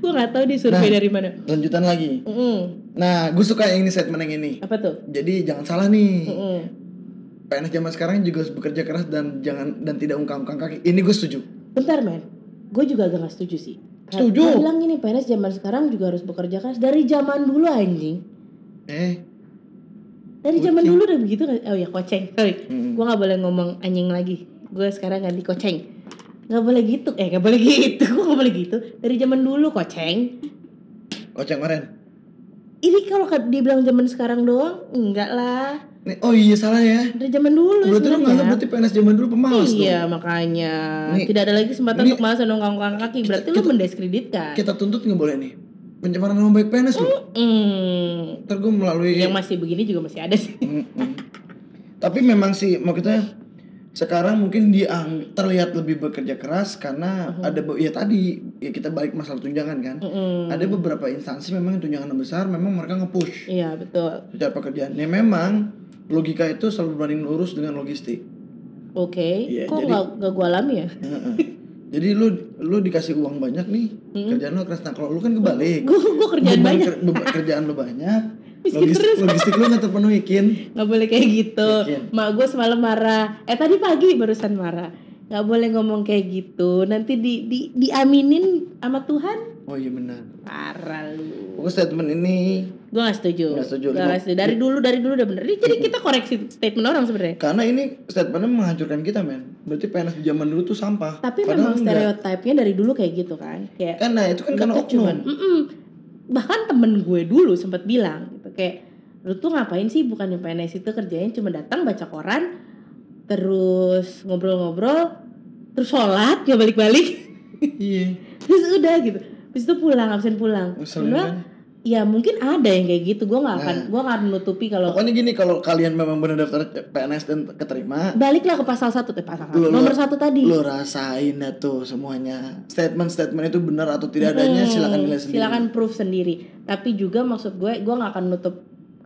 Speaker 1: Gue nggak tahu di survei
Speaker 2: Nah.
Speaker 1: dari mana.
Speaker 2: Lanjutan lagi.
Speaker 1: Mm-mm.
Speaker 2: Nah, gue suka yang ini statement yang ini.
Speaker 1: Apa tuh?
Speaker 2: Jadi jangan salah nih.
Speaker 1: Mm-mm.
Speaker 2: PNS zaman sekarang juga harus bekerja keras dan jangan dan tidak ungkang-ungkang kaki. Ini gue setuju.
Speaker 1: Bentar men, gue juga agak gak setuju sih.
Speaker 2: Setuju.
Speaker 1: Gua bilang gini, PNS zaman sekarang juga harus bekerja keras dari zaman dulu anjing.
Speaker 2: Eh,
Speaker 1: Dari zaman dulu udah begitu nggak- Oh ya koceng, sorry.
Speaker 2: Mm-mm.
Speaker 1: Gue gak boleh ngomong anjing lagi. Gue sekarang ganti koceng. Gak boleh gitu, eh gak boleh gitu. Gue gak boleh gitu. Dari zaman dulu koceng.
Speaker 2: kocang keren.
Speaker 1: Ini kalau ke- dibilang zaman sekarang doang, enggak lah.
Speaker 2: Nih, oh iya salah ya.
Speaker 1: Dari zaman dulu
Speaker 2: Berarti lu nggak
Speaker 1: sebenarnya.
Speaker 2: berarti PNS zaman dulu pemalas
Speaker 1: ya. Iya
Speaker 2: dong.
Speaker 1: makanya
Speaker 2: Ini-
Speaker 1: tidak ada lagi kesempatan
Speaker 2: ini-
Speaker 1: untuk malas nongkrong kaki. Berarti lu mendiskreditkan.
Speaker 2: Kita tuntut nggak boleh nih. Pencemaran nama baik PNS loh.
Speaker 1: Hmm,
Speaker 2: Ntar gue melalui
Speaker 1: yang masih begini juga masih ada sih.
Speaker 2: Mm-mm. Tapi memang sih maksudnya sekarang mungkin dia terlihat lebih bekerja keras karena ada be- ya tadi ya kita balik masalah tunjangan kan.
Speaker 1: Mm-mm.
Speaker 2: Ada beberapa instansi memang yang tunjangan besar memang mereka nge-push
Speaker 1: Iya betul.
Speaker 2: secara pekerjaan. Ya memang logika itu selalu berbanding lurus dengan logistik.
Speaker 1: Oke.
Speaker 2: Iya,
Speaker 1: Kok
Speaker 2: jadi-
Speaker 1: nggak nggak gua alami ya?
Speaker 2: Heeh. Jadi lu lu dikasih uang banyak nih, kerjaan lu keras. Nah, kalau lu kan kebalik.
Speaker 1: Gue gue Hmm. kerjaan
Speaker 2: Beban
Speaker 1: banyak.
Speaker 2: ker- beban kerjaan lu banyak.
Speaker 1: Miskin
Speaker 2: logis- logistik lu nggak terpenuhi, Kin.
Speaker 1: Nggak boleh kayak gitu.
Speaker 2: Yakin.
Speaker 1: Mak gue semalam marah. Eh tadi pagi barusan marah. Nggak boleh ngomong kayak gitu. Nanti di di diaminin sama Tuhan.
Speaker 2: Oh iya benar.
Speaker 1: Parah lu.
Speaker 2: Pokoknya statement ini
Speaker 1: Gue gak setuju.
Speaker 2: Nggak setuju.
Speaker 1: Nggak setuju. Dari dulu dari dulu udah bener. Ini Jadi kita koreksi statement orang sebenarnya.
Speaker 2: Karena ini statementnya menghancurkan kita men Berarti PNS di zaman dulu tuh sampah
Speaker 1: Tapi
Speaker 2: Padahal
Speaker 1: memang
Speaker 2: enggak.
Speaker 1: stereotipnya dari dulu kayak gitu kan. Kayak
Speaker 2: Kan nah itu kan karena
Speaker 1: Bentuk cuman,
Speaker 2: oknum
Speaker 1: "Mm-mm." bahkan temen gue dulu sempat bilang gitu kayak lu tuh ngapain sih bukan yang PNS itu kerjanya cuma datang baca koran terus ngobrol-ngobrol terus sholat nggak balik-balik
Speaker 2: Iya
Speaker 1: terus udah gitu terus itu pulang absen pulang
Speaker 2: Ngeselin
Speaker 1: Gua bilang,
Speaker 2: kan
Speaker 1: ya mungkin ada yang kayak gitu gue nggak akan
Speaker 2: Nah.
Speaker 1: gua nggak akan menutupi kalau
Speaker 2: Pokoknya gini kalau kalian memang benar daftar PNS dan keterima
Speaker 1: baliklah ke pasal satu eh pasal satu,
Speaker 2: Lu- lu-
Speaker 1: nomor satu tadi
Speaker 2: Lo rasain dah tuh semuanya Statement-statement itu benar atau tidak adanya
Speaker 1: Hmm,
Speaker 2: silakan nilai sendiri
Speaker 1: silakan proof sendiri tapi juga maksud gue gue nggak akan menutup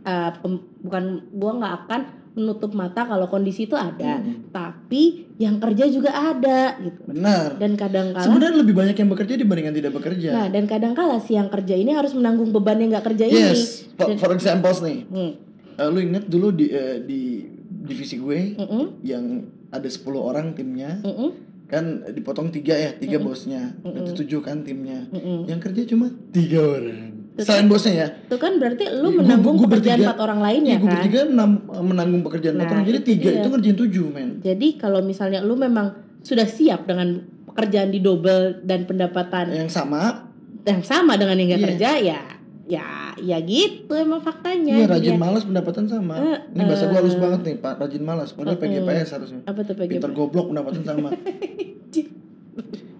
Speaker 1: uh, pem- bukan gue nggak akan menutup mata kalau kondisi itu ada
Speaker 2: Hmm.
Speaker 1: tapi yang kerja juga ada gitu
Speaker 2: Benar
Speaker 1: dan kadang kala
Speaker 2: Sebenarnya iya. lebih banyak yang bekerja dibandingkan tidak bekerja
Speaker 1: nah dan kadang kala si yang kerja ini harus menanggung beban yang nggak kerja
Speaker 2: Yes For,
Speaker 1: Dan-
Speaker 2: for examples nih
Speaker 1: ini Hmm,
Speaker 2: Eh, Lu inget dulu di, eh, di divisi gue
Speaker 1: mm-mm,
Speaker 2: Yang ada 10 orang timnya
Speaker 1: mm-mm,
Speaker 2: kan dipotong tiga ya tiga bosnya berarti
Speaker 1: Mm-mm.
Speaker 2: tujuh kan timnya
Speaker 1: mm-mm.
Speaker 2: yang kerja cuma tiga orang
Speaker 1: Betul.
Speaker 2: selain bosnya ya
Speaker 1: itu kan berarti
Speaker 2: Gua-
Speaker 1: lu
Speaker 2: gua-
Speaker 1: menanggung
Speaker 2: gua
Speaker 1: pekerjaan
Speaker 2: bertiga-
Speaker 1: empat orang
Speaker 2: iya
Speaker 1: lainnya
Speaker 2: gue
Speaker 1: kan
Speaker 2: bertiga enam eh, menanggung pekerjaan
Speaker 1: Nah,
Speaker 2: empat orang jadi
Speaker 1: itu
Speaker 2: tiga
Speaker 1: dia.
Speaker 2: itu ngerjain tujuh men
Speaker 1: jadi kalau misalnya lu memang sudah siap dengan pekerjaan di double dan pendapatan
Speaker 2: yang sama
Speaker 1: yang sama dengan yang gak
Speaker 2: Iya.
Speaker 1: kerja ya ya ya gitu emang faktanya
Speaker 2: iya
Speaker 1: Jadi
Speaker 2: rajin
Speaker 1: ya-
Speaker 2: malas pendapatan sama
Speaker 1: Eh,
Speaker 2: ini bahasa gue halus
Speaker 1: eh.
Speaker 2: banget nih pak rajin malas padahal
Speaker 1: Mm-mm.
Speaker 2: PGPS harusnya
Speaker 1: apa tuh PG
Speaker 2: pintar goblok pendapatan sama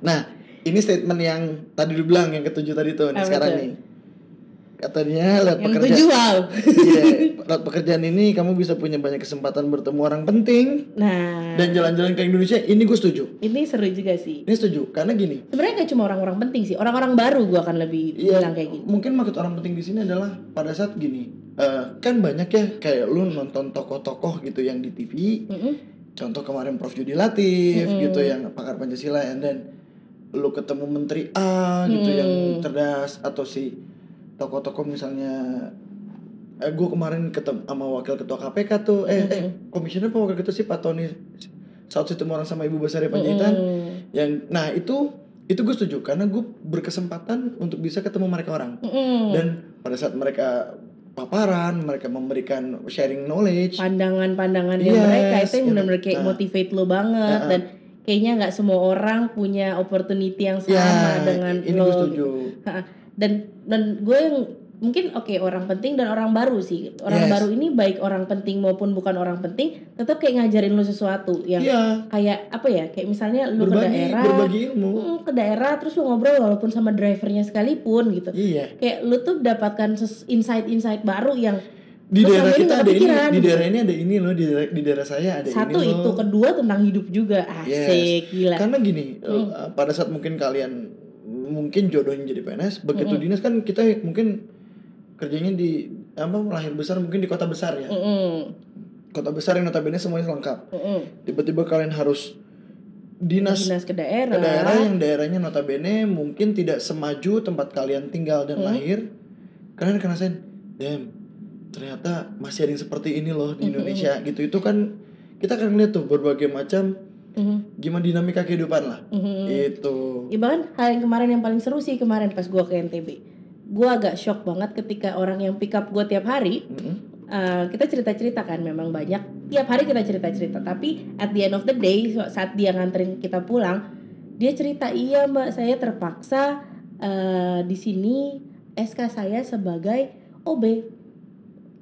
Speaker 2: nah ini statement yang tadi lu bilang yang ketujuh tadi tuh nih
Speaker 1: Apa
Speaker 2: sekarang
Speaker 1: tuh?
Speaker 2: nih katanya
Speaker 1: Ah,
Speaker 2: lihat
Speaker 1: yang
Speaker 2: pekerjaan
Speaker 1: terjual
Speaker 2: Iya, lewat pekerjaan ini kamu bisa punya banyak kesempatan bertemu orang penting
Speaker 1: nah
Speaker 2: dan jalan-jalan ke Indonesia. Ini gue setuju.
Speaker 1: ini seru juga sih
Speaker 2: Ini setuju karena gini.
Speaker 1: sebenarnya gak cuma orang-orang penting sih orang-orang baru gua akan lebih
Speaker 2: Iya,
Speaker 1: bilang kayak gitu
Speaker 2: mungkin maksud orang penting di sini adalah pada saat gini. eh, kan banyak ya kayak lu nonton tokoh-tokoh gitu yang di TV.
Speaker 1: Mm-mm.
Speaker 2: Contoh kemarin Prof Yudi Latif
Speaker 1: Mm-mm.
Speaker 2: gitu yang pakar Pancasila and then lu ketemu menteri A gitu
Speaker 1: Mm.
Speaker 2: yang cerdas atau si tokoh-tokoh misalnya eh, gue kemarin ketemu sama wakil ketua KPK tuh eh, eh komisioner apa wakil ketua sih Pak Tony saat ketemu orang sama Ibu Basari Panjaitan
Speaker 1: Mm-mm.
Speaker 2: yang nah itu itu gue setuju karena gue berkesempatan untuk bisa ketemu mereka orang
Speaker 1: Mm-mm.
Speaker 2: dan pada saat mereka paparan mereka memberikan sharing knowledge
Speaker 1: pandangan-pandangan yang
Speaker 2: Yes,
Speaker 1: mereka itu yang
Speaker 2: gitu.
Speaker 1: benar-benar kayak
Speaker 2: Nah.
Speaker 1: motivate lo banget
Speaker 2: Nah,
Speaker 1: dan kayaknya nggak semua orang punya opportunity yang sama
Speaker 2: ya
Speaker 1: dengan
Speaker 2: ini
Speaker 1: lo
Speaker 2: gue
Speaker 1: gitu.
Speaker 2: setuju
Speaker 1: dan dan gue yang mungkin oke orang penting dan orang baru sih orang
Speaker 2: Yes.
Speaker 1: baru ini baik orang penting maupun bukan orang penting tetap kayak ngajarin lu sesuatu yang
Speaker 2: Iya,
Speaker 1: kayak apa ya kayak misalnya lu ke
Speaker 2: berbagi
Speaker 1: daerah
Speaker 2: berbagi ilmu.
Speaker 1: mm, ke daerah terus lu ngobrol walaupun sama drivernya sekalipun gitu
Speaker 2: Iya.
Speaker 1: kayak lu tuh dapatkan ses- insight-insight baru yang
Speaker 2: Di
Speaker 1: Terus
Speaker 2: daerah
Speaker 1: sama ini
Speaker 2: kita
Speaker 1: nggak
Speaker 2: ada ini,
Speaker 1: kepikiran.
Speaker 2: di daerah ini ada ini loh, di daerah, di daerah saya ada
Speaker 1: satu
Speaker 2: ini
Speaker 1: itu
Speaker 2: loh. Kan
Speaker 1: kedua tentang hidup juga asik gila
Speaker 2: Karena gini,
Speaker 1: Hmm.
Speaker 2: eh, pada saat mungkin kalian mungkin jodohnya jadi PNS, begitu
Speaker 1: Mm-mm.
Speaker 2: dinas kan kita mungkin kerjanya di apa lahir besar mungkin di kota besar ya.
Speaker 1: Mm-mm,
Speaker 2: Kota besar yang notabene semuanya lengkap.
Speaker 1: mm-mm.
Speaker 2: Tiba-tiba kalian harus dinas
Speaker 1: dinas ke daerah,
Speaker 2: ke daerah yang daerahnya notabene mungkin tidak semaju tempat kalian tinggal dan
Speaker 1: Hmm.
Speaker 2: lahir kalian akan rasain damn ternyata masih ada yang seperti ini loh
Speaker 1: Hmm,
Speaker 2: di
Speaker 1: hmm,
Speaker 2: Indonesia gitu itu kan kita akan lihat tuh berbagai macam
Speaker 1: Mhm,
Speaker 2: gimana dinamika kehidupan lah Gitu.
Speaker 1: mhm.
Speaker 2: itu
Speaker 1: Ya bahkan hal yang kemarin yang paling seru sih kemarin pas gua ke NTB. Gua agak shock banget ketika orang yang pick up gua tiap hari,
Speaker 2: Mm-mm.
Speaker 1: eh, kita cerita-cerita kan memang banyak. Tiap hari kita cerita-cerita, tapi at the end of the day so- saat dia nganterin kita pulang, dia cerita, "Iya, Mbak, saya terpaksa eh, di sini SK saya sebagai OB."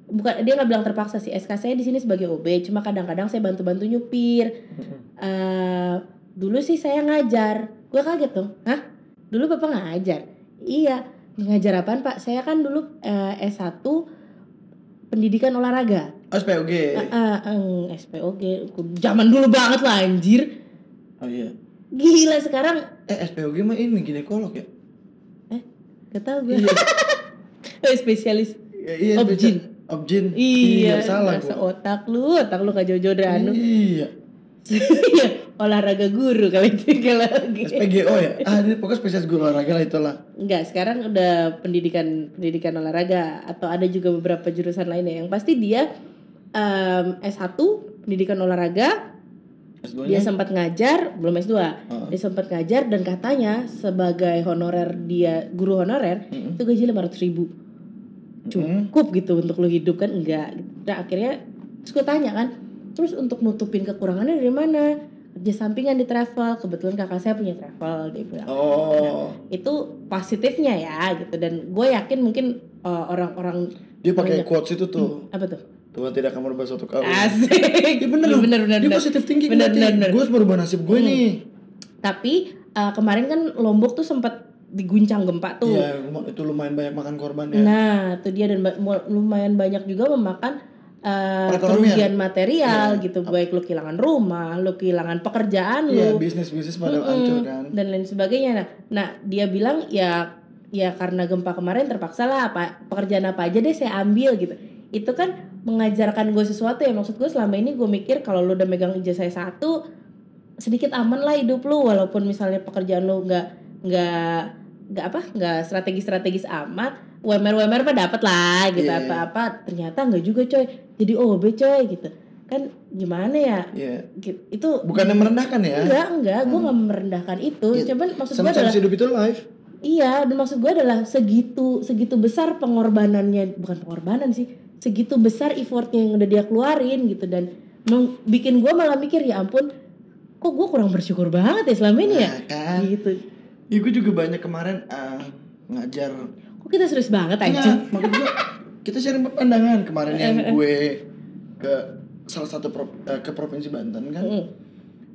Speaker 1: Bukan dia nggak bilang terpaksa sih, SK saya di sini sebagai OB, cuma kadang-kadang saya bantu-bantu nyupir,
Speaker 2: Mm-mm.
Speaker 1: eh dulu sih saya ngajar gue kaget dong hah dulu bapak ngajar iya ngajar apaan pak saya kan dulu eh, S1 pendidikan olahraga
Speaker 2: Oh, SPOG
Speaker 1: Eh, eh, eng, SPOG zaman dulu banget lah anjir
Speaker 2: oh iya
Speaker 1: gila sekarang
Speaker 2: eh SPOG mah ini ginekolog ya
Speaker 1: gak tau gue
Speaker 2: iya
Speaker 1: Eh, spesialis
Speaker 2: iya, iya
Speaker 1: Obgyn.
Speaker 2: beca- Obgyn
Speaker 1: iya,
Speaker 2: salah
Speaker 1: rasa
Speaker 2: gua
Speaker 1: otak lu otak lu gak jauh-jauh dari anu
Speaker 2: iya
Speaker 1: Iya, olahraga guru kalau itu kalau
Speaker 2: SPGO ya ah ini pokoknya spesies guru olahraga lah itulah
Speaker 1: Enggak, sekarang udah pendidikan pendidikan olahraga atau ada juga beberapa jurusan lainnya yang pasti dia em, S1 pendidikan olahraga,
Speaker 2: S2
Speaker 1: dia
Speaker 2: nya
Speaker 1: sempat ngajar, belum S2.
Speaker 2: Heeh.
Speaker 1: Dia sempat ngajar dan katanya sebagai honorer dia guru honorer
Speaker 2: Mm-mm.
Speaker 1: itu gaji 500 ribu.
Speaker 2: Mm-mm.
Speaker 1: Cukup gitu untuk lu hidup kan enggak. Nah, akhirnya terus gue tanya kan, terus untuk nutupin kekurangannya dari mana? Dia sampingan di travel, kebetulan kakak saya punya travel dia bilang
Speaker 2: Oh,
Speaker 1: itu positifnya ya gitu dan gue yakin mungkin uh, orang-orang
Speaker 2: dia
Speaker 1: Banyak.
Speaker 2: pakai quotes itu tuh.
Speaker 1: apa tuh
Speaker 2: Tuhan tidak akan merubah suatu kawin.
Speaker 1: asik
Speaker 2: Iya bener
Speaker 1: Iya,
Speaker 2: loh.
Speaker 1: bener bener,
Speaker 2: Dia
Speaker 1: bener.
Speaker 2: positif tinggi
Speaker 1: Bener, bener, bener.
Speaker 2: Gue harus merubah nasib gue
Speaker 1: Hmm.
Speaker 2: nih.
Speaker 1: tapi uh, kemarin kan lombok tuh sempat diguncang gempa tuh
Speaker 2: Iya, lum- itu lumayan banyak makan korban ya.
Speaker 1: nah tuh dia dan ba- mu- lumayan banyak juga memakan uh,
Speaker 2: Perekonomian.
Speaker 1: kerugian material
Speaker 2: Iya.
Speaker 1: gitu baik lu kehilangan rumah lu kehilangan pekerjaan
Speaker 2: Iya,
Speaker 1: lu Hmm.
Speaker 2: bisnis bisnis pada
Speaker 1: Mm-mm.
Speaker 2: hancur kan.
Speaker 1: dan lain sebagainya nah nah dia bilang ya ya karena gempa kemarin terpaksa lah apa pekerjaan apa aja deh saya ambil gitu itu kan mengajarkan gue sesuatu ya maksud gue selama ini gue mikir kalau lu udah megang ijazah satu sedikit aman lah hidup lu walaupun misalnya pekerjaan lu nggak nggak nggak apa nggak strategis strategis amat UMR UMR mah dapat lah gitu
Speaker 2: Iya.
Speaker 1: apa apa ternyata nggak juga coy jadi OB coy gitu kan gimana ya
Speaker 2: Iya,
Speaker 1: Gitu. itu
Speaker 2: bukannya merendahkan ya.
Speaker 1: Enggak, enggak, gue
Speaker 2: Hmm.
Speaker 1: nggak merendahkan itu.
Speaker 2: Ya,
Speaker 1: Cuman Iya, maksud gue
Speaker 2: Sometimes
Speaker 1: adalah
Speaker 2: hidup itu live.
Speaker 1: iya, dan maksud gue adalah segitu segitu besar pengorbanannya, bukan pengorbanan sih, segitu besar effortnya yang udah dia keluarin gitu dan mem- bikin gue malah mikir ya ampun, kok gue kurang bersyukur banget ya selama ini ya,
Speaker 2: Nah, kan.
Speaker 1: gitu.
Speaker 2: Iya, gue juga banyak kemarin ah, ngajar.
Speaker 1: Kok kita serius banget
Speaker 2: Enggak,
Speaker 1: aja?
Speaker 2: maksud gue kita sharing pandangan kemarin
Speaker 1: Eh,
Speaker 2: yang gue ke salah satu pro- eh, ke provinsi Banten kan.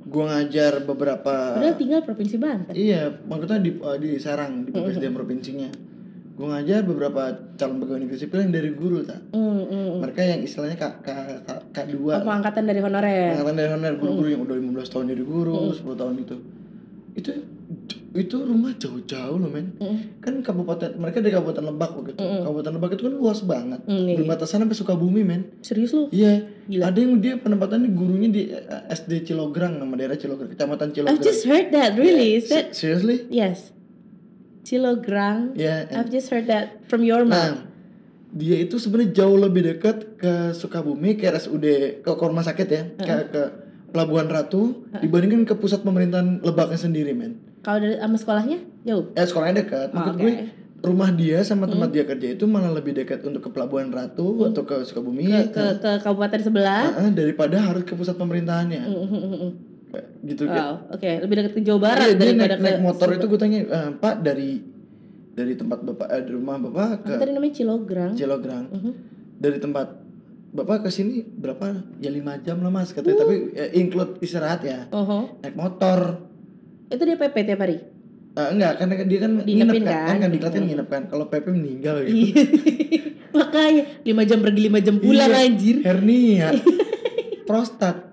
Speaker 2: Gue ngajar beberapa
Speaker 1: Hmm. Padahal tinggal provinsi Banten.
Speaker 2: Iya, maksudnya di eh, di Serang di PPSDM provinsinya. Gue ngajar beberapa calon pegawai negeri sipil yang dari guru tak.
Speaker 1: Hmm, hmm, hmm.
Speaker 2: Mereka yang istilahnya kak kak kak, kak
Speaker 1: Oh,
Speaker 2: dua.
Speaker 1: pengangkatan dari honorer.
Speaker 2: Angkatan dari honorer guru-guru yang udah 15 tahun jadi guru, 10 tahun itu. Itu itu rumah jauh-jauh loh men
Speaker 1: Mm.
Speaker 2: kan kabupaten mereka dari kabupaten Lebak waktu itu
Speaker 1: Mm-mm.
Speaker 2: kabupaten Lebak itu kan luas banget
Speaker 1: Mm, iya, iya.
Speaker 2: berbatasan sampai Sukabumi men
Speaker 1: Serius lu?
Speaker 2: iya
Speaker 1: Gila.
Speaker 2: ada yang dia penempatannya gurunya di eh, SD Cilograng nama daerah Cilograng kecamatan Cilograng
Speaker 1: I've just heard that, really? Is that
Speaker 2: Se- seriously
Speaker 1: yes? Cilograng.
Speaker 2: ya
Speaker 1: I've just heard that from your mom.
Speaker 2: Nah, dia itu sebenarnya jauh lebih dekat ke Sukabumi ke RSUD ke, ke rumah sakit ya, ke, ke Pelabuhan Ratu dibandingkan ke pusat pemerintahan Lebaknya sendiri, men.
Speaker 1: Kalau dari sama sekolahnya jauh.
Speaker 2: Eh sekolahnya dekat,
Speaker 1: Oke. Hmm.
Speaker 2: maksud gue rumah dia sama tempat dia kerja itu malah lebih dekat untuk ke Pelabuhan Ratu atau ke Sukabumi
Speaker 1: Ke ke, ke kabupaten sebelah.
Speaker 2: eh, eh, daripada harus ke pusat pemerintahannya.
Speaker 1: Mm, mm, mm, mm.
Speaker 2: Kayak Gitu
Speaker 1: Wow, oke, lebih dekat ke Jawa Oh, Barat
Speaker 2: Iya, dia
Speaker 1: daripada
Speaker 2: naik, naik
Speaker 1: ke
Speaker 2: motor itu gue tanya, "Eh, Pak dari dari tempat bapak eh, dari rumah bapak ke
Speaker 1: Apa tadi namanya Cilograng?
Speaker 2: Cilograng
Speaker 1: Mhm.
Speaker 2: dari tempat bapak ke sini berapa ya lima jam lah mas katanya
Speaker 1: Hmm.
Speaker 2: tapi eh, include istirahat ya
Speaker 1: Oho.
Speaker 2: naik motor
Speaker 1: Uh-huh. Itu dia PP tiap hari?
Speaker 2: Eh, enggak karena dia kan nginep
Speaker 1: Diinepin
Speaker 2: kan
Speaker 1: kan?
Speaker 2: kan, kan diklat kan nginep kan kalau Pepe meninggal gitu
Speaker 1: Iya. Makanya 5 jam pergi 5 jam pulang
Speaker 2: Iya.
Speaker 1: anjir.
Speaker 2: hernia prostat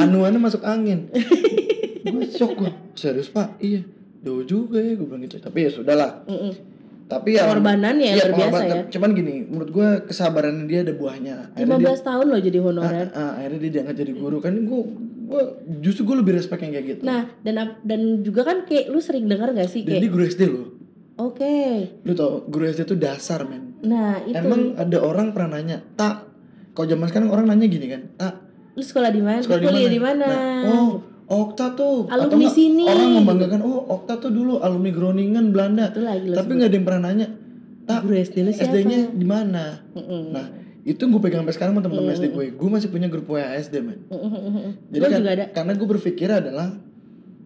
Speaker 2: anuannya masuk angin gue shock gue serius pak iya jauh juga ya gue bilang gitu tapi ya sudahlah
Speaker 1: Mm-mm.
Speaker 2: tapi ya
Speaker 1: Pengorbanan ya, luar biasa
Speaker 2: pengorbanan.
Speaker 1: ya.
Speaker 2: cuman gini menurut gue kesabaran dia ada buahnya
Speaker 1: 15
Speaker 2: akhirnya dia,
Speaker 1: tahun loh jadi honorer.
Speaker 2: Ah, ah, akhirnya dia diangkat jadi guru kan gue gue justru gue lebih respect yang kayak gitu
Speaker 1: Nah, dan ap- dan juga kan kayak lu sering dengar gak sih
Speaker 2: dan
Speaker 1: kayak
Speaker 2: dia guru SD loh
Speaker 1: oke.
Speaker 2: lu tau guru SD tuh dasar men
Speaker 1: Nah, itu
Speaker 2: Emang ada orang pernah nanya, tak? Kalau zaman sekarang orang nanya gini kan, tak?
Speaker 1: lu sekolah di mana?
Speaker 2: Sekolah di
Speaker 1: Kuliah
Speaker 2: mana?
Speaker 1: di mana?
Speaker 2: Nah, oh, Okta tuh.
Speaker 1: Alumni
Speaker 2: Atau nggak,
Speaker 1: sini.
Speaker 2: Orang membanggakan, oh Okta tuh dulu alumni Groningen Belanda.
Speaker 1: Itu lagi lo
Speaker 2: Tapi nggak ada yang pernah nanya, tak?
Speaker 1: guru SD lu siapa?
Speaker 2: SD-nya di mana?
Speaker 1: Mm-mm.
Speaker 2: Nah, itu gue pegang sampai sekarang sama teman-teman SD gue. Gue ya. masih punya grup WA SD, man.
Speaker 1: Mm-mm.
Speaker 2: Jadi
Speaker 1: Hmm. Lu
Speaker 2: kan-
Speaker 1: juga ada.
Speaker 2: karena gue berpikir adalah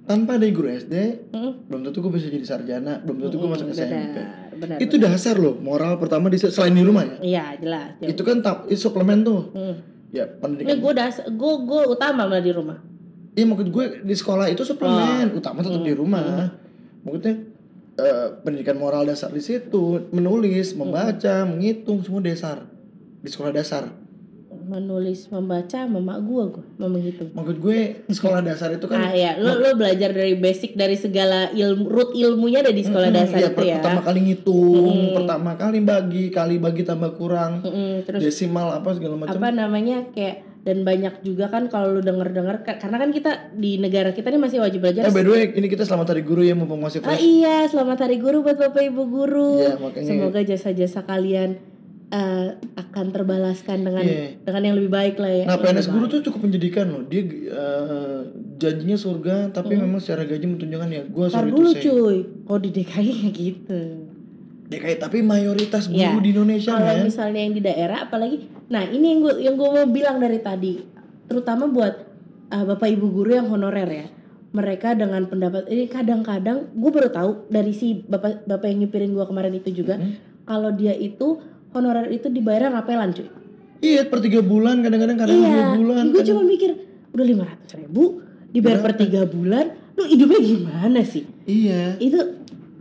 Speaker 2: tanpa ada guru SD,
Speaker 1: Mm-mm.
Speaker 2: belum tentu gue bisa jadi sarjana, belum tentu gue masuk
Speaker 1: Mm-mm.
Speaker 2: SMP.
Speaker 1: Benar, benar.
Speaker 2: Itu dasar loh, moral pertama di selain di rumah ya.
Speaker 1: Iya, jelas. jelas.
Speaker 2: Itu kan tap, itu suplemen tuh.
Speaker 1: Mm.
Speaker 2: Ya,
Speaker 1: Ini
Speaker 2: pendidikan.
Speaker 1: gue das, gue gue utama malah di rumah.
Speaker 2: Iya, maksud gue di sekolah
Speaker 1: Ah.
Speaker 2: itu suplemen, utama tetap
Speaker 1: Hmm.
Speaker 2: di rumah. Maksudnya eh, pendidikan moral dasar di situ, menulis,
Speaker 1: Hmm.
Speaker 2: membaca, menghitung semua dasar di sekolah dasar.
Speaker 1: Menulis, membaca, mama gue gue, mau menghitung.
Speaker 2: Maksud gue sekolah dasar itu
Speaker 1: Ah
Speaker 2: kan
Speaker 1: ya, lo lo belajar dari basic dari segala ilmu root ilmunya ada di sekolah
Speaker 2: Mm-mm,
Speaker 1: dasar
Speaker 2: iya,
Speaker 1: itu
Speaker 2: per-
Speaker 1: ya. Hmm.
Speaker 2: Pertama kali ngitung,
Speaker 1: Mm-mm.
Speaker 2: pertama kali bagi, kali bagi tambah kurang,
Speaker 1: Mm-mm, terus
Speaker 2: desimal apa segala macam.
Speaker 1: apa namanya kayak dan banyak juga kan kalau lu denger-denger ka- karena kan kita di negara kita nih masih wajib belajar.
Speaker 2: Eh by the way, ini kita selamat hari guru ya mumpung masih
Speaker 1: Ah
Speaker 2: fresh.
Speaker 1: iya, selamat hari guru buat Bapak Ibu guru.
Speaker 2: Iya, makanya.
Speaker 1: Semoga jasa-jasa kalian eh, akan terbalaskan dengan
Speaker 2: Iya.
Speaker 1: dengan yang lebih baik lah ya. Yang
Speaker 2: Nah PNS
Speaker 1: lebih
Speaker 2: guru
Speaker 1: baik.
Speaker 2: tuh cukup pendidikan loh. Dia eh, janjinya surga, tapi memang secara gaji menunjukkan ya gue
Speaker 1: Hmm. Ntar
Speaker 2: sorry
Speaker 1: dulu
Speaker 2: to say.
Speaker 1: cuy. Oh di DKI nggak gitu.
Speaker 2: Ya kayak tapi mayoritas guru
Speaker 1: Iya.
Speaker 2: di Indonesia
Speaker 1: kalau
Speaker 2: men.
Speaker 1: misalnya yang di daerah apalagi nah ini yang gue yang gue mau bilang dari tadi terutama buat uh, bapak ibu guru yang honorer ya mereka dengan pendapat ini kadang-kadang gue baru tahu dari si bapak bapak yang nyupirin gue kemarin itu juga
Speaker 2: Hmm? Mm-hmm.
Speaker 1: kalau dia itu honorer itu dibayar rapelan cuy
Speaker 2: Iya per tiga bulan kadang-kadang kadang dua
Speaker 1: iya
Speaker 2: bulan.
Speaker 1: gue
Speaker 2: kadang-
Speaker 1: cuma mikir udah lima ratus ribu dibayar per tiga bulan lu hidupnya gimana sih
Speaker 2: Iya.
Speaker 1: itu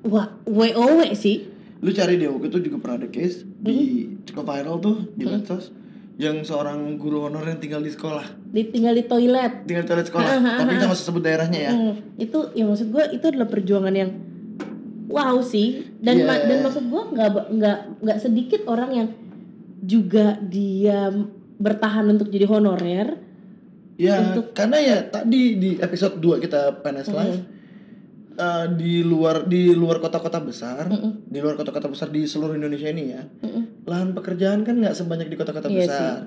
Speaker 1: wah wow sih
Speaker 2: Lu cari deh waktu itu juga pernah ada case di
Speaker 1: Hmm.
Speaker 2: cukup viral tuh di medsos yang seorang guru honor yang tinggal di sekolah
Speaker 1: ditinggal di toilet
Speaker 2: tinggal di toilet sekolah tapi kita masih sebut daerahnya ya
Speaker 1: Hmm, itu ya maksud gue itu adalah perjuangan yang wow sih dan ma-
Speaker 2: Yeah.
Speaker 1: dan maksud gue nggak ba- nggak nggak sedikit orang yang juga dia bertahan untuk jadi honorer
Speaker 2: ya
Speaker 1: Iya, Untuk-
Speaker 2: karena ya tadi di episode 2 kita PNS live eh, di luar di luar kota-kota besar
Speaker 1: Mm-mm.
Speaker 2: di luar kota-kota besar di seluruh Indonesia ini ya
Speaker 1: Mm-mm.
Speaker 2: lahan pekerjaan kan nggak sebanyak di kota-kota
Speaker 1: Iya
Speaker 2: besar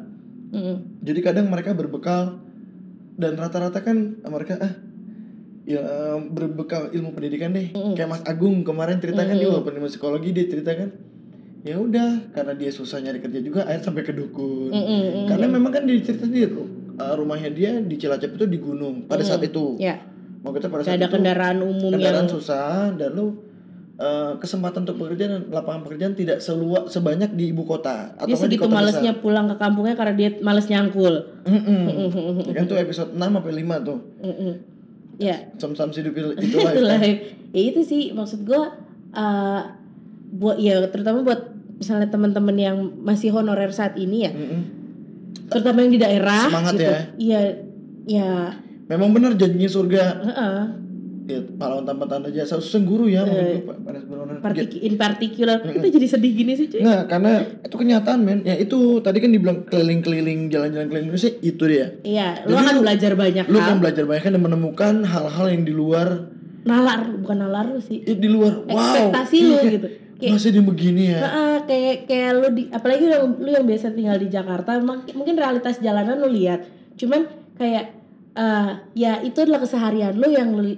Speaker 1: Mm-mm.
Speaker 2: jadi kadang mereka berbekal dan rata-rata kan mereka ah ya eh, berbekal ilmu pendidikan deh kayak Mas Agung kemarin cerita kan dia walaupun ilmu psikologi dia cerita kan ya udah karena dia susah nyari kerja juga akhirnya sampai ke dukun
Speaker 1: Mm-mm.
Speaker 2: karena memang kan dia cerita di ru- eh, rumahnya dia di Cilacap itu di gunung pada saat itu
Speaker 1: ya
Speaker 2: maksudnya pada
Speaker 1: nggak
Speaker 2: saat
Speaker 1: ada
Speaker 2: itu
Speaker 1: kendaraan umum
Speaker 2: kendaraan
Speaker 1: yang
Speaker 2: susah dan lu eh, kesempatan untuk bekerja dan lapangan pekerjaan tidak selua sebanyak di ibu kota atau
Speaker 1: dia
Speaker 2: nggak kan di
Speaker 1: Iya, segitu
Speaker 2: kota
Speaker 1: malesnya pulang ke kampungnya karena dia males nyangkul
Speaker 2: besar. Mm-mm. Ya kan tuh episode 6 sampai 5 tuh.
Speaker 1: Mm-mm. ya
Speaker 2: Sam-sam hidup Mm-hmm. itu kan?
Speaker 1: itu
Speaker 2: lah.
Speaker 1: live. ya itu sih maksud gue eh buat ya terutama buat misalnya teman-teman yang masih honorer saat ini ya terutama yang di daerah
Speaker 2: Semangat
Speaker 1: gitu.
Speaker 2: ya.
Speaker 1: iya ya
Speaker 2: Memang benar janjinya surga.
Speaker 1: heeh.
Speaker 2: Ya, pahlawan tanpa tanda jasa usen guru
Speaker 1: Eh,
Speaker 2: ya menurut gua, Pak Panas Beronan. Iya.
Speaker 1: Partik- in particular kita jadi sedih gini sih cuy
Speaker 2: Nah, karena itu kenyataan men. Ya itu tadi kan dibilang keliling-keliling jalan-jalan keliling Indonesia itu dia.
Speaker 1: iya lu akan belajar banyak
Speaker 2: Lu
Speaker 1: hal
Speaker 2: kan belajar banyak kan dan menemukan hal-hal yang di luar
Speaker 1: nalar bukan nalar lu sih
Speaker 2: eh, di luar wow. Iya,
Speaker 1: ekspektasi lu gitu kayak
Speaker 2: Masih di begini ya.
Speaker 1: heeh, kayak kayak lu di apalagi lu, lu yang biasa tinggal di Jakarta mak- mungkin realitas jalanan lu lihat cuman kayak eh, ya itu adalah keseharian lu yang lu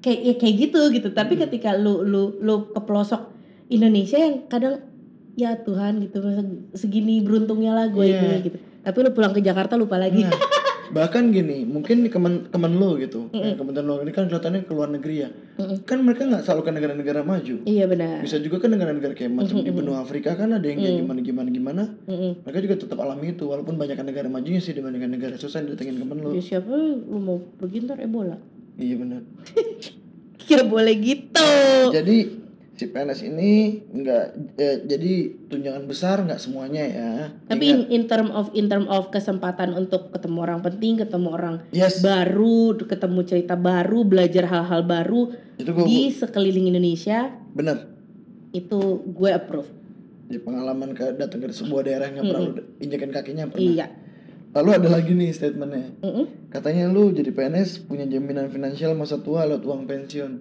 Speaker 1: kayak ya kayak gitu gitu
Speaker 2: Hmm.
Speaker 1: tapi ketika lu lu lu ke pelosok Indonesia yang kadang ya Tuhan gitu masa segini beruntungnya lah gue
Speaker 2: Iya.
Speaker 1: ini gitu tapi lu pulang ke Jakarta lupa lagi
Speaker 2: Nah, bahkan gini mungkin di kemen kemenlu gitu eh, kementerian luar negeri kan kelihatannya ke luar negeri ya kan mereka nggak selalu ke negara-negara maju
Speaker 1: Iya benar.
Speaker 2: bisa juga ke negara-negara kayak macam di benua Afrika kan ada yang kayak gimana gimana gimana
Speaker 1: Mm-mm.
Speaker 2: mereka juga tetap alami itu walaupun banyak negara majunya sih dibandingkan negara susah yang datengin kemenlu
Speaker 1: Ya, siapa lu mau pergi ntar Ebola?
Speaker 2: iya benar
Speaker 1: Ya boleh gitu.
Speaker 2: jadi si PNS ini nggak eh, jadi tunjangan besar nggak semuanya ya
Speaker 1: Tapi in, in term of in term of kesempatan untuk ketemu orang penting, ketemu orang
Speaker 2: yes
Speaker 1: baru, ketemu cerita baru, belajar hal-hal baru
Speaker 2: itu gue
Speaker 1: di sekeliling Indonesia
Speaker 2: benar
Speaker 1: itu gue approve.
Speaker 2: di pengalaman ke datang ke sebuah daerah yang nggak pernah lu injakan kakinya pernah
Speaker 1: Iya.
Speaker 2: lalu ada lagi nih statementnya
Speaker 1: Mm-mm.
Speaker 2: katanya lu jadi PNS punya jaminan finansial masa tua lewat uang pensiun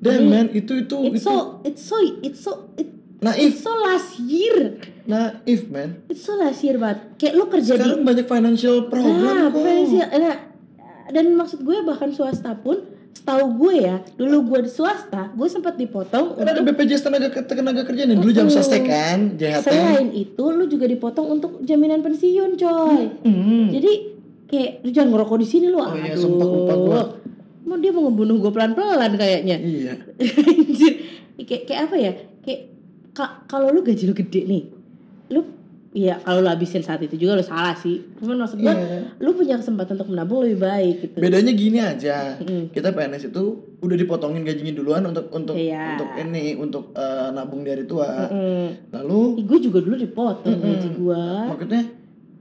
Speaker 2: dan
Speaker 1: Hmm.
Speaker 2: man itu itu
Speaker 1: It's
Speaker 2: itu
Speaker 1: so it's so it's so it-
Speaker 2: naif
Speaker 1: it's so last year.
Speaker 2: naif man
Speaker 1: It's so last year banget. Kayak lu kerja di
Speaker 2: sekarang banyak financial
Speaker 1: Nah,
Speaker 2: program kok
Speaker 1: finansial. Nah, dan maksud gue bahkan swasta pun setahu gue ya, dulu gue di swasta, gue sempat dipotong
Speaker 2: kan ada
Speaker 1: untuk
Speaker 2: BPJS tenaga ke- tenaga kerja nih dulu jam
Speaker 1: Mm-mm.
Speaker 2: sostek kan JHT
Speaker 1: selain itu lu juga dipotong untuk jaminan pensiun, coy.
Speaker 2: Hmm.
Speaker 1: Jadi kayak lu jangan ngerokok di sini lu.
Speaker 2: Oh iya,
Speaker 1: Aduh.
Speaker 2: sumpah lupa gue.
Speaker 1: Mau dia mau ngebunuh gue pelan-pelan kayaknya.
Speaker 2: iya
Speaker 1: Anjir. Kayak kayak apa ya? Kayak ka- kalau lu gaji lu gede nih, lu ya kalau lu habisin saat itu juga lu salah sih. Cuman maksud gue
Speaker 2: Iya.
Speaker 1: lu punya kesempatan untuk menabung lebih baik gitu.
Speaker 2: bedanya gini aja
Speaker 1: Mm.
Speaker 2: kita PNS itu udah dipotongin gajinya duluan untuk untuk
Speaker 1: Iya.
Speaker 2: untuk ini untuk eh, nabung dari tua
Speaker 1: Mm.
Speaker 2: lalu
Speaker 1: Gue juga dulu dipotong
Speaker 2: Mm-mm.
Speaker 1: gaji gue.
Speaker 2: maksudnya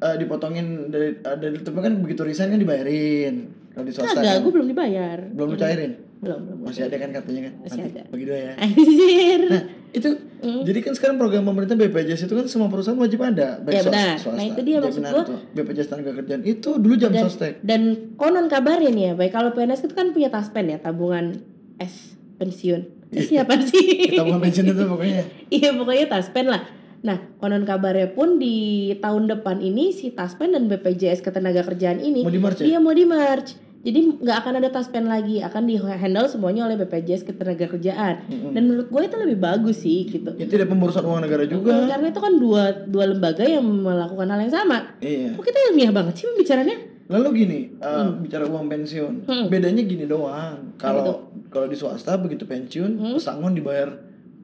Speaker 2: eh, dipotongin dari eh, dari tapi kan begitu resign kan dibayarin kalau di swasta
Speaker 1: Kagak,
Speaker 2: kan.
Speaker 1: gue belum dibayar.
Speaker 2: belum lu cairin
Speaker 1: Belum, belum. belum.
Speaker 2: masih ada kan katanya kan
Speaker 1: Masih ada.
Speaker 2: bagi dua ya
Speaker 1: Anjir.
Speaker 2: nah itu
Speaker 1: Mm.
Speaker 2: jadi kan sekarang program pemerintah BPJS itu kan semua perusahaan wajib ada
Speaker 1: Ya,
Speaker 2: swas-
Speaker 1: benar. Nah, itu dia maksud
Speaker 2: Jaminan
Speaker 1: gua.
Speaker 2: itu. BPJS tenaga kerjaan itu dulu jam
Speaker 1: Dan-
Speaker 2: sostek
Speaker 1: Dan konon kabarnya nih ya, baik kalau PNS itu kan punya taspen ya, tabungan S pensiun. Eh,
Speaker 2: Iya.
Speaker 1: Siapa sih?
Speaker 2: kita bukan pensiun itu pokoknya
Speaker 1: Iya pokoknya taspen lah. Nah konon kabarnya pun di tahun depan ini si taspen dan BPJS ketenagakerjaan ini
Speaker 2: mau di Maret ya
Speaker 1: dia mau di merge. Jadi nggak akan ada taspen lagi, akan di handle semuanya oleh BPJS ketenagakerjaan.
Speaker 2: Mm-mm.
Speaker 1: Dan menurut gue itu lebih bagus sih gitu.
Speaker 2: itu ada pemburusan uang negara juga
Speaker 1: Karena itu kan dua dua lembaga yang melakukan hal yang sama.
Speaker 2: iya
Speaker 1: Kok kita ilmiah banget sih pembicaranya?
Speaker 2: lalu gini eh, bicara uang pensiun
Speaker 1: Hmm.
Speaker 2: bedanya gini doang kalau kalau di swasta begitu pensiun
Speaker 1: Hmm.
Speaker 2: pesangon dibayar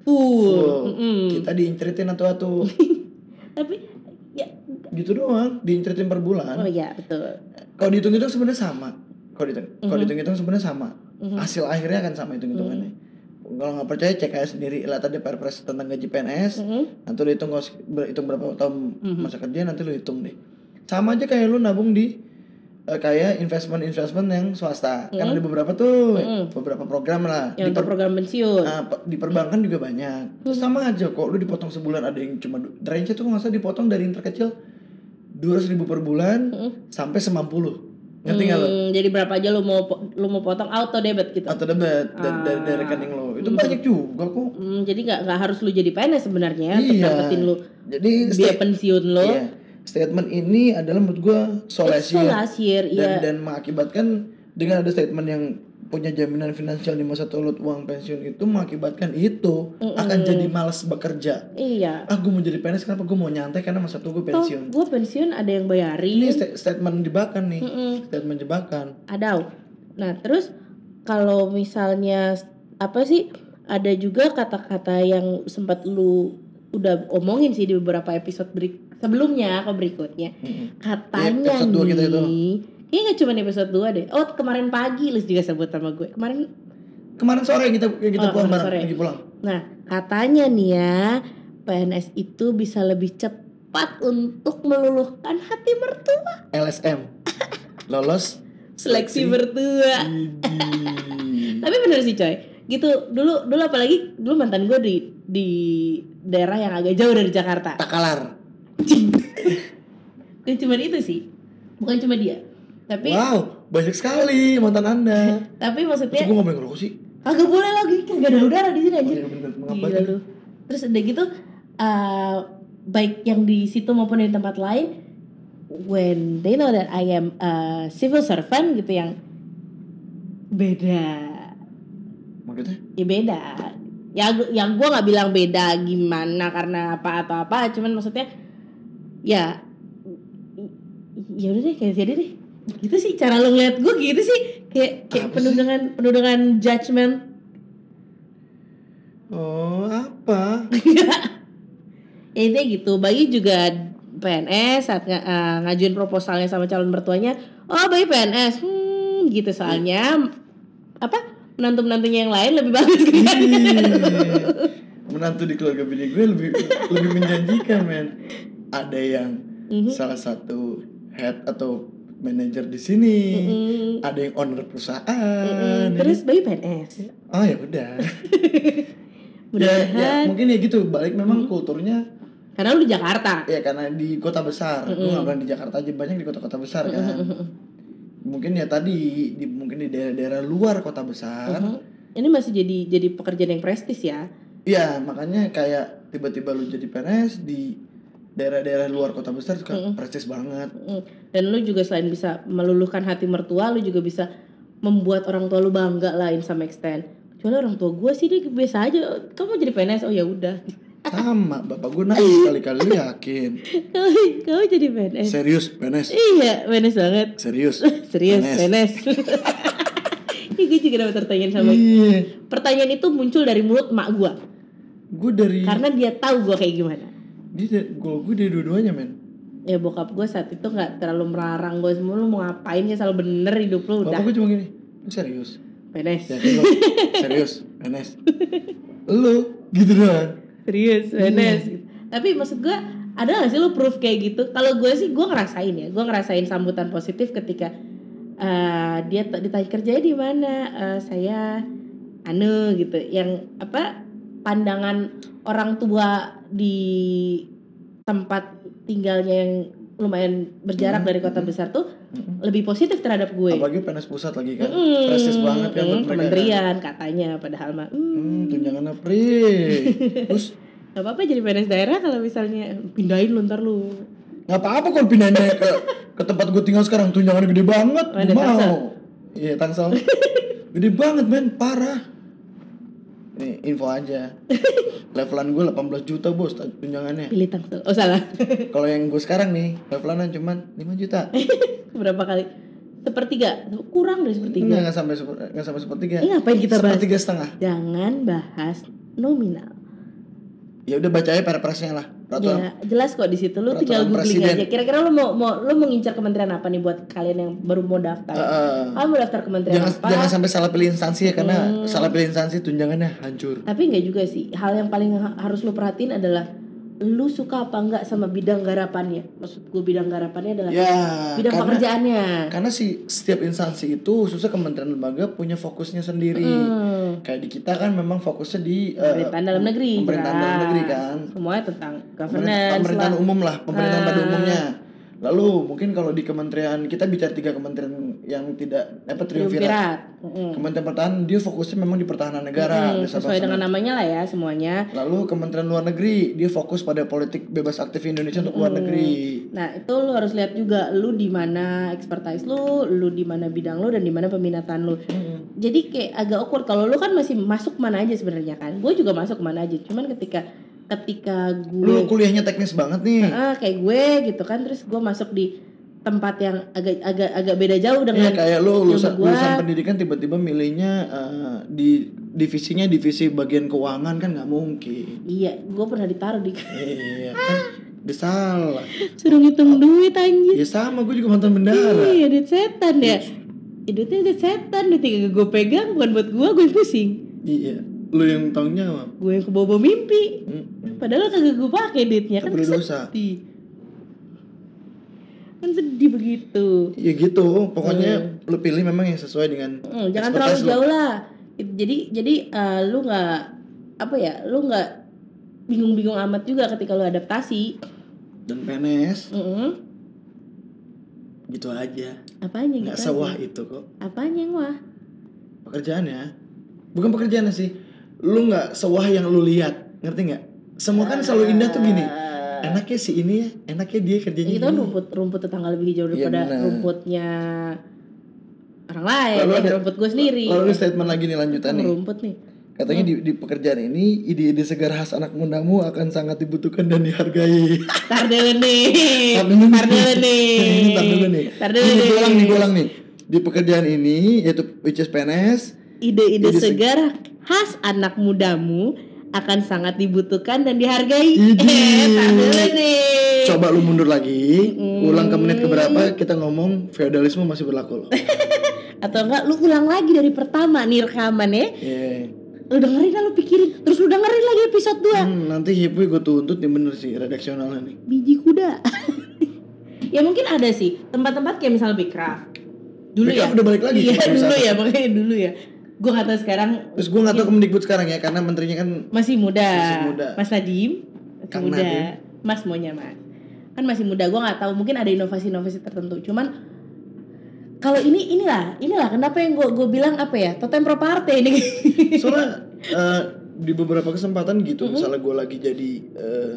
Speaker 1: Full.
Speaker 2: full
Speaker 1: Mm-mm.
Speaker 2: kita diintritin atu-atu
Speaker 1: Tapi ya
Speaker 2: gitu doang diintritin per bulan
Speaker 1: oh ya
Speaker 2: Ah,
Speaker 1: betul.
Speaker 2: kalau dihitung-hitung sebenarnya sama kalau dihitung
Speaker 1: Hmm.
Speaker 2: kalau dihitung-hitung sebenarnya sama
Speaker 1: Mm-hmm.
Speaker 2: hasil akhirnya akan sama hitung-hitungannya
Speaker 1: Hmm.
Speaker 2: kalau nggak percaya cek aja sendiri lihat ada perpres tentang gaji PNS
Speaker 1: Mm-mm.
Speaker 2: nanti lu hitung kos- ber- hitung berapa tahun
Speaker 1: Mhm.
Speaker 2: masa kerja nanti lu hitung deh sama aja kayak lu nabung di eh, kayak investment investment yang swasta kan ada beberapa tuh beberapa program
Speaker 1: Mhm. Yang Mhm.
Speaker 2: lah Di
Speaker 1: untuk
Speaker 2: per-
Speaker 1: program pensiun.
Speaker 2: Nah, pe- di perbankan juga banyak. Terus sama aja kok lu dipotong sebulan ada yang cuma du- range tuh nggak salah dipotong dari yang terkecil 200 ribu per bulan sampai semampu lu. Ngerti nggak lu?
Speaker 1: Hmm, Mm-hmm. jadi berapa aja lu mau po- lu mau potong auto debit gitu.
Speaker 2: Atau debet dari, dari,
Speaker 1: Ah.
Speaker 2: dari rekening lu.
Speaker 1: Mhm.
Speaker 2: Itu banyak juga kok.
Speaker 1: Hmm, jadi nggak nggak harus lu jadi PNS sebenarnya untuk
Speaker 2: Iya.
Speaker 1: dapetin lu
Speaker 2: Jadi
Speaker 1: biaya
Speaker 2: state-
Speaker 1: pensiun lu.
Speaker 2: iya. statement ini adalah menurut gua
Speaker 1: It's so
Speaker 2: solesir
Speaker 1: last year,
Speaker 2: dan
Speaker 1: iya.
Speaker 2: dan mengakibatkan dengan ada statement yang punya jaminan finansial di masa tua lu uang pensiun itu mengakibatkan itu akan jadi malas bekerja.
Speaker 1: Iya.
Speaker 2: ah gue mau jadi PNS kenapa gue mau nyantai karena masa tua gue
Speaker 1: Toh,
Speaker 2: pensiun
Speaker 1: gue pensiun ada yang
Speaker 2: ini
Speaker 1: bayarin.
Speaker 2: sta- statement jebakan nih
Speaker 1: Iya. Mm-mm.
Speaker 2: statement jebakan
Speaker 1: Ada. Nah, terus kalau misalnya apa sih ada juga kata-kata yang sempat lu udah omongin sih di beberapa episode berik- sebelumnya atau berikutnya.
Speaker 2: Iya,
Speaker 1: Katanya
Speaker 2: episode dua kita itu.
Speaker 1: nih, kayaknya nggak cuma episode 2 deh. Oh, kemarin pagi lu juga sebut sama gue. Kemarin
Speaker 2: kemarin sore yang kita yang kita
Speaker 1: Oh,
Speaker 2: pulang
Speaker 1: kemarin
Speaker 2: bareng
Speaker 1: sore.
Speaker 2: lagi pulang
Speaker 1: Nah, katanya nih ya, PNS itu bisa lebih cepat untuk meluluhkan hati mertua.
Speaker 2: LSM lolos
Speaker 1: Seleksi mertua.
Speaker 2: Idi.
Speaker 1: Tapi bener sih coy. Gitu dulu dulu apalagi dulu mantan gue di di daerah yang agak jauh dari Jakarta.
Speaker 2: takalar
Speaker 1: Bukan cuma itu sih. Bukan cuma dia. Tapi
Speaker 2: wow banyak sekali mantan anda
Speaker 1: tapi
Speaker 2: Terus
Speaker 1: maksudnya
Speaker 2: gue ngomongin ngerokok sih
Speaker 1: kagak boleh lagi kagak ada udara di sini
Speaker 2: Oh,
Speaker 1: anjir.
Speaker 2: iya, bener. Mengapa
Speaker 1: Gila
Speaker 2: itu?
Speaker 1: lu. Terus udah gitu eh, baik yang di situ maupun di tempat lain when they know that I am a civil servant gitu yang beda.
Speaker 2: maksudnya
Speaker 1: Ya beda. Ya gu- yang gua nggak bilang beda gimana karena apa atau apa, cuman maksudnya ya ya udah deh kayak jadi deh. gitu sih cara lo ngeliat gue gitu sih kayak kayak
Speaker 2: Apa
Speaker 1: penuh
Speaker 2: sih?
Speaker 1: dengan penuh dengan judgement
Speaker 2: Oh, apa?
Speaker 1: ya intinya gitu bagi juga PNS saat nga- eh, ngajuin proposalnya sama calon mertuanya oh bagi PNS hmm gitu soalnya apa menantu menantunya yang lain lebih bagus kan?
Speaker 2: Iya.
Speaker 1: kelihatannya.
Speaker 2: Ih, menantu di keluarga bini gue lebih lebih menjanjikan men ada yang
Speaker 1: Mhm.
Speaker 2: salah satu head atau manajer di sini
Speaker 1: Mm-mm.
Speaker 2: ada yang owner perusahaan
Speaker 1: Mm-mm.
Speaker 2: ya.
Speaker 1: Mhm. terus bagi PNS
Speaker 2: oh ya udah ya, ya
Speaker 1: mudah-mudahan
Speaker 2: mungkin ya gitu balik memang kulturnya
Speaker 1: karena lu di Jakarta
Speaker 2: ya karena di kota besar gue
Speaker 1: Mm-mm.
Speaker 2: nggak bilang di Jakarta aja banyak di kota-kota besar
Speaker 1: Mhm.
Speaker 2: kan
Speaker 1: Mm-mm.
Speaker 2: mungkin ya tadi di, mungkin di daerah-daerah luar kota besar
Speaker 1: Mm-mm. Mhm. ini masih jadi jadi pekerjaan yang prestis ya
Speaker 2: Iya, makanya kayak tiba-tiba lu jadi PNS di daerah-daerah luar kota besar suka
Speaker 1: Mm-mm.
Speaker 2: prestis banget.
Speaker 1: Mm. dan lu juga selain bisa meluluhkan hati mertua lu juga bisa membuat orang tua lu bangga lah in some extent kecuali orang tua gue sih dia biasa aja "Oh, kamu jadi PNS oh ya udah
Speaker 2: Sama, bapak gue nangis kali-kali lu yakin.
Speaker 1: kamu, kamu jadi PNS
Speaker 2: Serius PNS,
Speaker 1: iya PNS banget
Speaker 2: serius.
Speaker 1: serius
Speaker 2: PNS.
Speaker 1: PNS, Ih, gue juga dapat pertanyaan sama
Speaker 2: Iya,
Speaker 1: pertanyaan itu muncul dari mulut mak gue
Speaker 2: gue dari
Speaker 1: karena dia tahu gue kayak gimana
Speaker 2: dia da- gol gue dari dua-duanya men.
Speaker 1: ya bokap gue saat itu nggak terlalu melarang gue semua lu mau ngapain ya selalu bener hidup lu udah
Speaker 2: Bapak gue cuma gini, lu serius,
Speaker 1: PNS
Speaker 2: yakin lu serius PNS. Lu gitu doang.
Speaker 1: serius PNS gitu. tapi maksud gue ada gak sih lu proof kayak gitu kalau gue sih gue ngerasain ya gue ngerasain sambutan positif ketika eh, dia t- ditanya kerjanya di mana Eh, saya anu gitu yang apa pandangan orang tua di tempat tinggalnya yang lumayan berjarak
Speaker 2: Hmm,
Speaker 1: dari kota
Speaker 2: hmm.
Speaker 1: besar tuh
Speaker 2: Mm-mm.
Speaker 1: lebih positif terhadap ya? gue
Speaker 2: Apalagi PNS pusat lagi kan,
Speaker 1: Mm-mm.
Speaker 2: prestis banget
Speaker 1: Mm,
Speaker 2: kan buat mereka. kan.
Speaker 1: kementerian katanya padahal mah
Speaker 2: Hmm,
Speaker 1: hmm,
Speaker 2: tunjangan Apri. Terus
Speaker 1: gak apa-apa jadi PNS daerah kalau misalnya pindahin lu ntar lu
Speaker 2: nggak apa-apa kalau pindahnya ke ke tempat gue tinggal sekarang tunjangan gede banget
Speaker 1: Oh, ada
Speaker 2: gue
Speaker 1: Tangsel?
Speaker 2: mau iya tangsel gede banget men parah nih info aja levelan gue 18 juta bos ta- tunjangannya
Speaker 1: pilih tangsel oh salah
Speaker 2: kalau yang gue sekarang nih levelanan cuman 5 juta
Speaker 1: Eh, berapa kali sepertiga kurang dari sepertiga
Speaker 2: nggak nggak sampai seper- nggak sampai sepertiga
Speaker 1: ini ngapain Iya, kita bahas
Speaker 2: sepertiga setengah
Speaker 1: jangan bahas nominal
Speaker 2: ya udah baca aja perpresnya lah peraturan
Speaker 1: ya jelas kok di situ lu tinggal
Speaker 2: peraturan
Speaker 1: googling
Speaker 2: presiden.
Speaker 1: aja kira-kira lu mau mau lu mengincar kementerian apa nih buat kalian yang baru mau
Speaker 2: Eh,
Speaker 1: daftar
Speaker 2: eh,
Speaker 1: ah mau daftar kementerian
Speaker 2: jangan
Speaker 1: apa
Speaker 2: jangan sampai salah pilih instansi ya karena
Speaker 1: Hmm.
Speaker 2: salah pilih instansi tunjangannya hancur
Speaker 1: tapi nggak juga sih hal yang paling ha- harus lu perhatiin adalah lu suka apa enggak sama bidang garapannya maksud gue bidang garapannya adalah
Speaker 2: ya
Speaker 1: Iya. bidang
Speaker 2: karena- kan
Speaker 1: pekerjaannya
Speaker 2: karena si setiap instansi itu khususnya kementerian lembaga punya fokusnya sendiri
Speaker 1: Hmm.
Speaker 2: kayak di kita kan memang fokusnya di eh,
Speaker 1: pemerintahan dalam negeri
Speaker 2: pemerintahan dalam
Speaker 1: jelas.
Speaker 2: negeri kan
Speaker 1: semuanya tentang
Speaker 2: Pemerintah-
Speaker 1: governance
Speaker 2: pemerintahan
Speaker 1: lah.
Speaker 2: umum lah pemerintahan pada
Speaker 1: Ah.
Speaker 2: umumnya lalu mungkin kalau di kementerian kita bicara tiga kementerian yang tidak apa triumvirat
Speaker 1: Triumvirat. Mm-mm.
Speaker 2: kementerian pertahanan dia fokusnya memang di pertahanan negara
Speaker 1: Mm-mm.
Speaker 2: desa
Speaker 1: sesuai
Speaker 2: bangsa
Speaker 1: dengan
Speaker 2: dan-
Speaker 1: namanya lah ya semuanya
Speaker 2: lalu kementerian luar negeri dia fokus pada politik bebas aktif Indonesia untuk luar
Speaker 1: Mm.
Speaker 2: negeri
Speaker 1: nah itu lu harus lihat juga lu di mana expertise lu lu di mana bidang lu dan di mana peminatan lu
Speaker 2: Mm.
Speaker 1: jadi kayak agak awkward kalau lu kan masih masuk mana aja sebenarnya kan gue juga masuk mana aja cuman ketika ketika
Speaker 2: lu
Speaker 1: gue
Speaker 2: kuliahnya teknis banget nih
Speaker 1: Ah, kayak gue gitu kan terus gue masuk di tempat yang agak agak agak beda jauh
Speaker 2: Iya
Speaker 1: dengan
Speaker 2: kayak lu lulusan,
Speaker 1: gua-
Speaker 2: lulusan pendidikan tiba-tiba milihnya eh, di divisinya divisi bagian keuangan kan nggak mungkin.
Speaker 1: Iya, gue pernah ditaruh di
Speaker 2: Iya kan? Udah salah.
Speaker 1: suruh ngitung duit anjir.
Speaker 2: Ya sama gue juga mantan bendara.
Speaker 1: Iya, duit setan ya. Ya, Duitnya duit setan, duit yang gue pegang bukan buat gue, gue yang pusing.
Speaker 2: Iya. Lu yang Hmm, tanggung jawab.
Speaker 1: Gue yang kebobo mimpi.
Speaker 2: Mm-mm.
Speaker 1: Padahal kagak gue pakai duitnya kan
Speaker 2: Tapi lu dosa.
Speaker 1: sedih. Kan sedih begitu.
Speaker 2: Ya gitu. Pokoknya lu pilih memang yang sesuai dengan
Speaker 1: Hmm, jangan terlalu
Speaker 2: Expertise lu.
Speaker 1: jauh lah. It- Jadi jadi eh, lu nggak apa ya, lu nggak bingung-bingung amat juga ketika lu adaptasi.
Speaker 2: dan PNS
Speaker 1: Mm-mm.
Speaker 2: gitu aja.
Speaker 1: Apanya gitu?
Speaker 2: Nggak
Speaker 1: aja?
Speaker 2: sewah itu kok.
Speaker 1: Apanya yang wah?
Speaker 2: Pekerjaannya bukan pekerjaannya sih. Lu nggak sewah yang lu lihat. Ngerti nggak? Semua kan selalu indah tuh gini.
Speaker 1: Ah.
Speaker 2: enaknya si ini ya enaknya dia kerjanya
Speaker 1: Ya, itu kan
Speaker 2: gini.
Speaker 1: rumput rumput tetangga lebih hijau
Speaker 2: Hmm. Iya,
Speaker 1: daripada
Speaker 2: benar.
Speaker 1: rumputnya orang lain
Speaker 2: Lalu
Speaker 1: daripada
Speaker 2: ada-
Speaker 1: rumput gue sendiri Hmm.
Speaker 2: lalu ini statement lagi nih lanjutan nih
Speaker 1: rumput nih
Speaker 2: Katanya di, di pekerjaan ini ide-ide segar khas anak mudamu akan sangat dibutuhkan dan dihargai.
Speaker 1: Tar dulu nih.
Speaker 2: Tar dulu nih.
Speaker 1: Tar dulu nih.
Speaker 2: Ini Tar dulu nih.
Speaker 1: Tar dulu
Speaker 2: Ini diulang nih,
Speaker 1: nih.
Speaker 2: diulang nih. Di pekerjaan ini yaitu which is PNS
Speaker 1: Ide-ide
Speaker 2: Ide
Speaker 1: segar khas anak mudamu akan sangat dibutuhkan dan dihargai.
Speaker 2: Ide.
Speaker 1: Eh, tar dulu nih.
Speaker 2: Coba lu mundur lagi,
Speaker 1: Hmm.
Speaker 2: ulang ke menit keberapa kita ngomong feodalisme masih
Speaker 1: Eh.
Speaker 2: berlaku loh.
Speaker 1: Atau enggak lu ulang lagi dari pertama nih rekaman ya.
Speaker 2: Iya.
Speaker 1: Lu dengerin lah lu pikirin, terus lu dengerin lagi episode 2.
Speaker 2: Hmm, nanti Hipwi gue tuntut nih bener sih redaksionalnya nih.
Speaker 1: Biji kuda. ya mungkin ada sih tempat-tempat kayak misalnya Becraft. Dulu
Speaker 2: Becraft
Speaker 1: ya.
Speaker 2: udah balik lagi ke
Speaker 1: Iya, dulu
Speaker 2: pariwisata.
Speaker 1: ya, makanya dulu ya. Gua nggak tahu sekarang
Speaker 2: Terus gue nggak tahu Kemdikbud sekarang ya karena menterinya kan
Speaker 1: masih muda.
Speaker 2: Masih muda.
Speaker 1: Mas Nadim, masih
Speaker 2: Kang
Speaker 1: muda.
Speaker 2: Nadim.
Speaker 1: Mas maunya Mas. Kan masih muda, gua nggak tahu mungkin ada inovasi-inovasi tertentu. Cuman kalau ini inilah, inilah kenapa yang gua gua bilang apa ya? Totem pro parte ini.
Speaker 2: soalnya eh, di beberapa kesempatan gitu misalnya gue lagi jadi eh,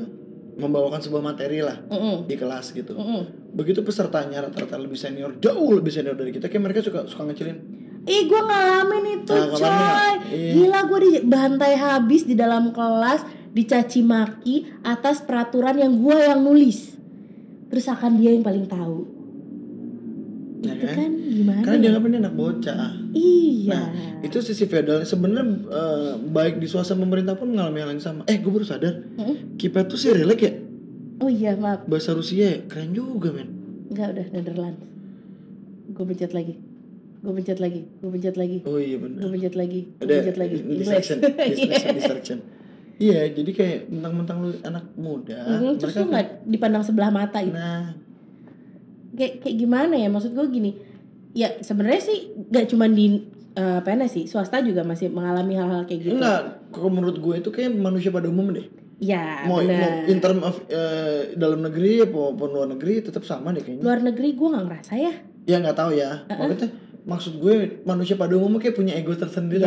Speaker 2: membawakan sebuah materi lah
Speaker 1: Mm-mm,
Speaker 2: di kelas gitu.
Speaker 1: mm-mm.
Speaker 2: Begitu pesertanya rata-rata lebih senior, jauh lebih senior dari kita, kayak mereka suka suka ngecilin.
Speaker 1: Ih gue ngalamin itu
Speaker 2: Nah,
Speaker 1: coy
Speaker 2: ngalamin nggak? Iya.
Speaker 1: Gila gue dibantai habis di dalam kelas Dicaci maki atas peraturan yang gue yang nulis Terus akan dia yang paling tahu
Speaker 2: Ya
Speaker 1: Itu
Speaker 2: kan?
Speaker 1: kan gimana
Speaker 2: Karena
Speaker 1: ya?
Speaker 2: dianggap ini anak bocah.
Speaker 1: Iya
Speaker 2: Nah, itu sisi feodal sebenarnya eh, baik di suasana pemerintah pun mengalami hal yang sama. Eh, gue baru sadar.
Speaker 1: Mm-mm.
Speaker 2: Kipet tuh sih relek ya
Speaker 1: Oh iya maaf
Speaker 2: bahasa Rusia ya. Keren juga, men.
Speaker 1: Enggak udah Netherlands Gue pencet lagi Gue pencet lagi Gue pencet lagi
Speaker 2: Oh iya
Speaker 1: Gue
Speaker 2: benar.
Speaker 1: pencet lagi Gue
Speaker 2: Ada
Speaker 1: pencet lagi
Speaker 2: ini
Speaker 1: English
Speaker 2: distraction, distraction, distraction. Iya, jadi kayak mentang-mentang lu anak muda,
Speaker 1: Mhm, Terus lu
Speaker 2: mereka kan-
Speaker 1: gak dipandang sebelah mata gitu
Speaker 2: nah,
Speaker 1: kayak kayak gimana ya maksud gue gini ya sebenarnya sih gak cuma di eh, PNS sih swasta juga masih mengalami hal-hal kayak gitu
Speaker 2: enggak kalau menurut gue itu kayak manusia pada umum deh.
Speaker 1: ya
Speaker 2: mau, mau
Speaker 1: benar.
Speaker 2: in term of eh, dalam negeri maupun luar negeri tetap sama deh kayaknya.
Speaker 1: luar negeri gue nggak ngerasa ya
Speaker 2: Ya nggak tahu ya. Maksudnya maksud gue manusia pada umumnya kayak punya ego tersendiri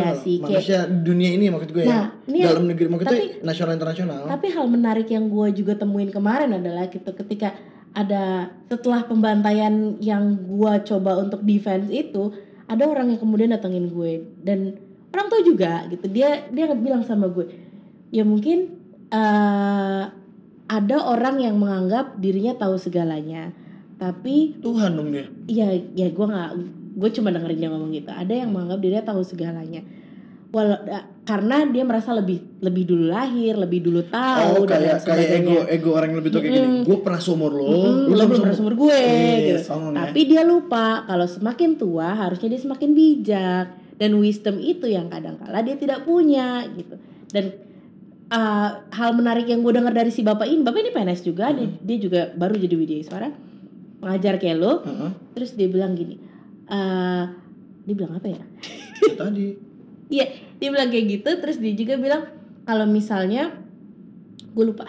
Speaker 1: Iya
Speaker 2: tau nggak?
Speaker 1: sih, kayak-
Speaker 2: manusia dunia ini maksud gue
Speaker 1: Nah,
Speaker 2: ya.
Speaker 1: ini ya,
Speaker 2: dalam negeri maksudnya
Speaker 1: tapi-
Speaker 2: nasional internasional.
Speaker 1: tapi hal menarik yang gue juga temuin kemarin adalah gitu ketika ada setelah pembantaian yang gue coba untuk defense itu ada orang yang kemudian datengin gue dan orang tua juga gitu dia dia bilang sama gue ya mungkin eh, ada orang yang menganggap dirinya tahu segalanya tapi
Speaker 2: Tuhan dong dia.
Speaker 1: Iya, ya gue nggak, gue cuma dengerin dia ngomong gitu. Ada yang menganggap dirinya tahu segalanya. Wala, da- karena dia merasa lebih lebih dulu lahir, lebih dulu
Speaker 2: Oh,
Speaker 1: tahu dan lain
Speaker 2: kayak kayak ego ego orang yang lebih tua kayak gini.
Speaker 1: Mm-mm.
Speaker 2: Gue pernah seumur lo,
Speaker 1: Mm, lo belum pernah
Speaker 2: seumur-
Speaker 1: sumber gue.
Speaker 2: Iya,
Speaker 1: gitu.
Speaker 2: songong ya.
Speaker 1: Tapi dia lupa kalau semakin tua harusnya dia semakin bijak dan wisdom itu yang kadangkala dia tidak punya gitu. Dan uh, hal menarik yang gue dengar dari si bapak ini, bapak ini PNS juga, dia, dia juga baru jadi widya suara mengajar kayak lo.
Speaker 2: Heeh,
Speaker 1: Terus dia bilang gini, eh dia bilang apa ya?
Speaker 2: itu tadi.
Speaker 1: Iya, dia bilang kayak gitu. Terus dia juga bilang kalau misalnya gue lupa.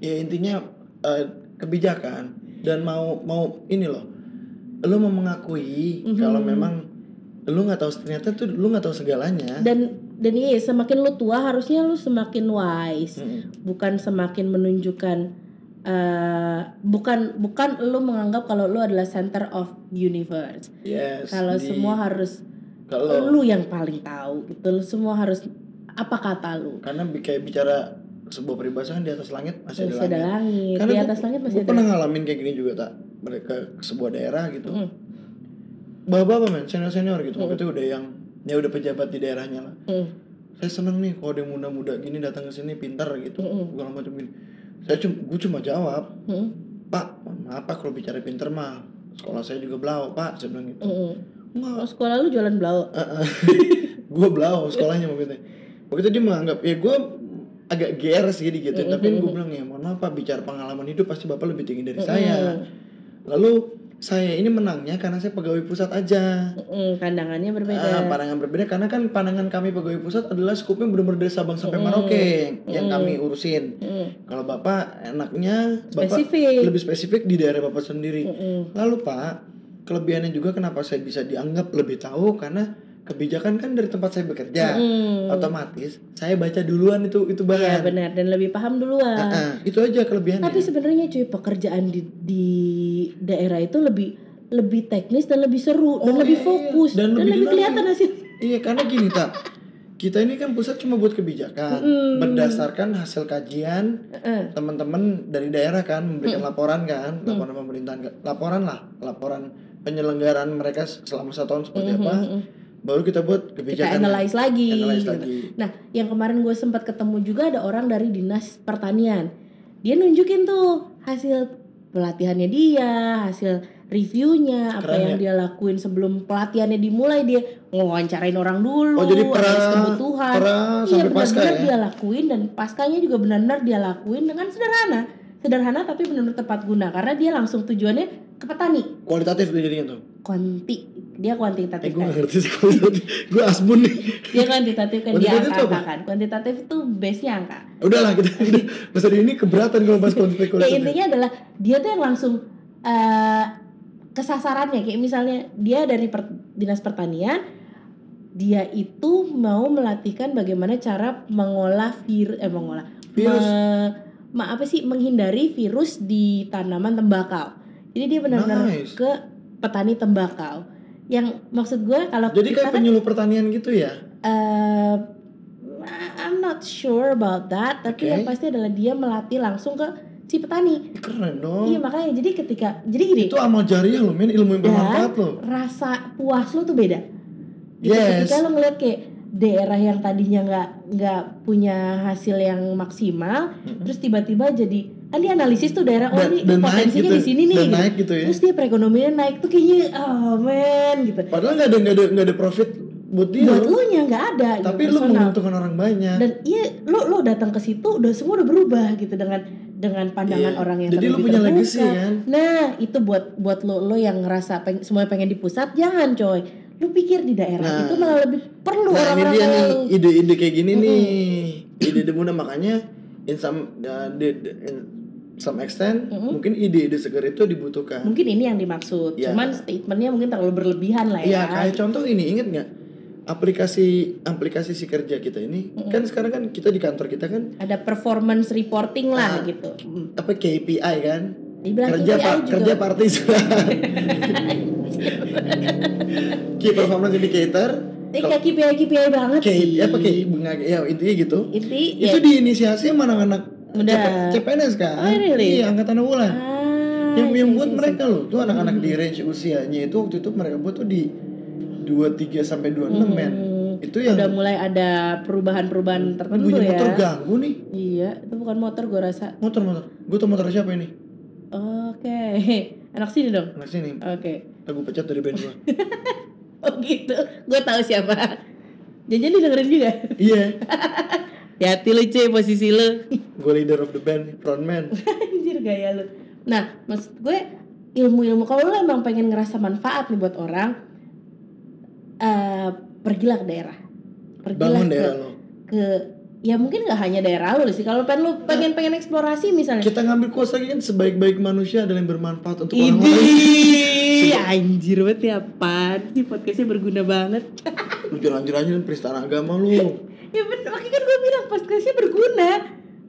Speaker 2: ya intinya eh, kebijakan dan mau mau ini loh lu mau mengakui
Speaker 1: Mhm.
Speaker 2: kalau memang lu nggak tahu ternyata tuh lu nggak tahu segalanya
Speaker 1: Dan dan iya, semakin lu tua harusnya lu semakin wise,
Speaker 2: Mm-mm.
Speaker 1: bukan semakin menunjukkan eh bukan bukan lu menganggap kalau lu adalah center of universe.
Speaker 2: yes
Speaker 1: Kalau
Speaker 2: di-
Speaker 1: semua harus
Speaker 2: kalau
Speaker 1: lu yang paling tahu gitu. Lu semua harus apa kata lu?
Speaker 2: karena bi- kayak bicara sebuah peribahasa kan di atas langit masih ada
Speaker 1: Masih ada
Speaker 2: langit
Speaker 1: langit,
Speaker 2: Karena
Speaker 1: di
Speaker 2: gua-
Speaker 1: atas langit masih
Speaker 2: gue
Speaker 1: ada.
Speaker 2: pernah ngalamin kayak gini juga tak mereka ke sebuah daerah gitu
Speaker 1: Mm,
Speaker 2: bapak apa men senior senior
Speaker 1: Mhm.
Speaker 2: gitu waktu itu udah yang ya udah pejabat di daerahnya lah
Speaker 1: mm,
Speaker 2: saya seneng nih kalau ada yang muda-muda gini datang ke sini pintar gitu
Speaker 1: Mm-mm.
Speaker 2: bukan macam gini saya cuma gue cuma jawab
Speaker 1: mm,
Speaker 2: Pak, mohon maaf Pak kalau bicara pinter mah sekolah saya juga belau Pak, saya bilang
Speaker 1: mm,
Speaker 2: gitu.
Speaker 1: mm. Oh,
Speaker 2: Enggak,
Speaker 1: sekolah lu jualan belau.
Speaker 2: gue belau sekolahnya maksudnya. Waktu itu dia menganggap ya gue agak GR sih gitu, tapi gue bilang ya mohon maaf Pak bicara pengalaman hidup pasti bapak lebih tinggi dari saya. Lalu saya ini menangnya karena saya pegawai pusat aja.
Speaker 1: Mm, pandangannya berbeda.
Speaker 2: Ah, pandangan berbeda karena kan pandangan kami pegawai pusat adalah skupnya benar-benar dari Sabang sampai Merauke yang kami urusin.
Speaker 1: Mm,
Speaker 2: Kalau bapak enaknya bapak
Speaker 1: Spesifik.
Speaker 2: lebih spesifik di daerah bapak sendiri.
Speaker 1: Mm-mm.
Speaker 2: Lalu Pak, kelebihannya juga kenapa saya bisa dianggap lebih tahu karena kebijakan kan dari tempat saya bekerja.
Speaker 1: Mm.
Speaker 2: Otomatis saya baca duluan itu itu
Speaker 1: Iya
Speaker 2: bahan.
Speaker 1: benar dan lebih paham
Speaker 2: Ah,
Speaker 1: duluan.
Speaker 2: ah, itu aja kelebihannya.
Speaker 1: Tapi sebenarnya cuy pekerjaan di di daerah itu lebih lebih teknis dan lebih seru dan
Speaker 2: Oh,
Speaker 1: lebih
Speaker 2: iya,
Speaker 1: fokus dan,
Speaker 2: dan lebih
Speaker 1: lebih,
Speaker 2: dinamis.
Speaker 1: kelihatan hasil.
Speaker 2: Iya, karena gini, Tak. kita ini kan pusat cuma buat kebijakan
Speaker 1: Mm.
Speaker 2: berdasarkan hasil kajian
Speaker 1: Heeh.
Speaker 2: teman-teman dari daerah kan memberikan laporan kan laporan pemerintahan kan. laporan lah laporan penyelenggaraan mereka selama satu tahun seperti apa
Speaker 1: Mhm.
Speaker 2: baru kita buat
Speaker 1: Kita
Speaker 2: kebijakan
Speaker 1: analyze lagi.
Speaker 2: analyze
Speaker 1: gitu.
Speaker 2: lagi
Speaker 1: Nah, yang kemarin gue sempat ketemu juga ada orang dari dinas pertanian. Dia nunjukin tuh hasil pelatihannya dia, hasil reviewnya, apa
Speaker 2: Keren ya.
Speaker 1: yang dia lakuin sebelum pelatihannya dimulai dia ngewawancarain orang dulu,
Speaker 2: Oh, jadi pra-
Speaker 1: analis kebutuhan.
Speaker 2: pra
Speaker 1: iya
Speaker 2: sampai pasca
Speaker 1: benar-benar
Speaker 2: ya?
Speaker 1: dia lakuin dan paskanya juga benar-benar dia lakuin dengan sederhana, sederhana tapi benar-benar tepat guna karena dia langsung tujuannya ke petani,
Speaker 2: kualitatif dia jadinya tuh
Speaker 1: kuanti, dia
Speaker 2: eh
Speaker 1: kuantitatif
Speaker 2: gue
Speaker 1: kan?
Speaker 2: nggak ngerti sih kualitatif gue asbun nih
Speaker 1: dia kuantitatif kan dia
Speaker 2: Kuantitatif itu apa?
Speaker 1: angka kan, kuantitatif itu base nya angka.
Speaker 2: udahlah kita udah masa ini keberatan kalau bahas konflik
Speaker 1: ya
Speaker 2: kualitatif Iya,
Speaker 1: intinya adalah dia tuh yang langsung eh kesasarannya kayak misalnya dia dari per- dinas pertanian dia itu mau melatihkan bagaimana cara mengolah vir eh mengolah
Speaker 2: Virus.
Speaker 1: me- ma- apa sih menghindari virus di tanaman tembakau jadi dia benar-benar
Speaker 2: Nice.
Speaker 1: ke petani tembakau yang maksud gue kalau
Speaker 2: jadi
Speaker 1: kita
Speaker 2: kayak
Speaker 1: kan
Speaker 2: penyuluh pertanian gitu ya
Speaker 1: eh, I'm not sure about that tapi
Speaker 2: Oke.
Speaker 1: yang pasti adalah dia melatih langsung ke si petani
Speaker 2: keren dong
Speaker 1: Iya makanya jadi ketika jadi gini
Speaker 2: Hmm. itu amal jariah loh men ilmu yang bermanfaat loh
Speaker 1: rasa puas lu tuh beda. Gitu,
Speaker 2: Yes.
Speaker 1: Ketika lu ngeliat kayak daerah yang tadinya nggak nggak punya hasil yang maksimal,
Speaker 2: Mm-mm.
Speaker 1: terus tiba-tiba jadi kan dia analisis tuh daerah oh
Speaker 2: Hmm. dan,
Speaker 1: ini
Speaker 2: dan naik
Speaker 1: potensinya
Speaker 2: gitu
Speaker 1: di sini nih.
Speaker 2: dan
Speaker 1: gitu.
Speaker 2: naik gitu ya
Speaker 1: Terus dia perekonomian naik tuh kayaknya oh man gitu.
Speaker 2: padahal nggak ada nggak ada nggak ada profit buat dia
Speaker 1: Buat lu nya nggak ada gitu,
Speaker 2: Iya. tapi lu
Speaker 1: personal.
Speaker 2: menguntungkan orang banyak
Speaker 1: dan iya lu lu datang ke situ udah semua udah berubah gitu dengan dengan pandangan
Speaker 2: Iya.
Speaker 1: orang yang
Speaker 2: jadi lu
Speaker 1: terlebih
Speaker 2: punya
Speaker 1: terbuka.
Speaker 2: legacy kan
Speaker 1: Nah, itu buat buat lo lo yang ngerasa peng, semua pengen di pusat, jangan coy. Lu pikir di daerah
Speaker 2: Nah.
Speaker 1: itu malah lebih perlu
Speaker 2: nah ini
Speaker 1: orang-orang
Speaker 2: dia nih
Speaker 1: yang
Speaker 2: ide-ide kayak gini
Speaker 1: Mm-mm.
Speaker 2: nih ide-ide muda makanya in some uh, di- di- in some extent
Speaker 1: Mm-mm.
Speaker 2: mungkin ide-ide segar itu dibutuhkan
Speaker 1: mungkin ini yang dimaksud.
Speaker 2: Iya.
Speaker 1: Cuman statementnya mungkin terlalu berlebihan lah ya.
Speaker 2: Iya kayak contoh ini inget nggak aplikasi aplikasi si kerja kita ini
Speaker 1: Mm-mm.
Speaker 2: kan sekarang kan kita di kantor kita kan
Speaker 1: Ada performance reporting lah
Speaker 2: Nah.
Speaker 1: gitu. Mm.
Speaker 2: apa KPI kan
Speaker 1: Dibilang
Speaker 2: kerja
Speaker 1: KPI
Speaker 2: pak
Speaker 1: juga.
Speaker 2: kerja partisan key performance indicator
Speaker 1: Ini kayak KPI KPI banget sih. ya,
Speaker 2: KPI apa KPI bunga ya intinya gitu
Speaker 1: Inti
Speaker 2: itu diinisiasi sama anak-anak
Speaker 1: Iya. Muda.
Speaker 2: CP CPNS kan
Speaker 1: Oh, really?
Speaker 2: iya
Speaker 1: Ah,
Speaker 2: angkatan awulan yang
Speaker 1: isi-
Speaker 2: yang buat
Speaker 1: isi-
Speaker 2: mereka loh tuh
Speaker 1: Hmm.
Speaker 2: anak-anak di range usianya itu waktu itu mereka buat tuh di 23 sampai
Speaker 1: isi.
Speaker 2: 26 men
Speaker 1: Hmm.
Speaker 2: itu yang
Speaker 1: udah mulai ada perubahan-perubahan tertentu ya.
Speaker 2: bunyi motor ganggu nih
Speaker 1: Iya, itu bukan motor gue rasa.
Speaker 2: motor motor gue tau motor siapa ini
Speaker 1: Oke. Anak sini dong.
Speaker 2: anak sini
Speaker 1: Oke.
Speaker 2: lagu pecat dari band gua
Speaker 1: Oh gitu, gue tahu siapa. Jajan dengerin juga.
Speaker 2: iya
Speaker 1: Hati lu cuy posisi lu.
Speaker 2: gue leader of the band frontman
Speaker 1: Anjir gaya lu. Nah, maksud gue ilmu-ilmu kalau lu emang pengen ngerasa manfaat nih buat orang, eh pergilah ke daerah. Pergilah
Speaker 2: bangun
Speaker 1: ke,
Speaker 2: daerah lo
Speaker 1: ke ya mungkin nggak hanya daerah lu sih. Kalau pengen lu pengen pengen eksplorasi misalnya.
Speaker 2: kita ngambil kuasa lagi kan sebaik-baik manusia adalah yang bermanfaat untuk orang lain
Speaker 1: Idi, anjir banget ya apaan sih podcastnya berguna banget.
Speaker 2: lu jangan aja dan penistaan agama lu
Speaker 1: ya bener, makanya kan gue bilang podcastnya berguna.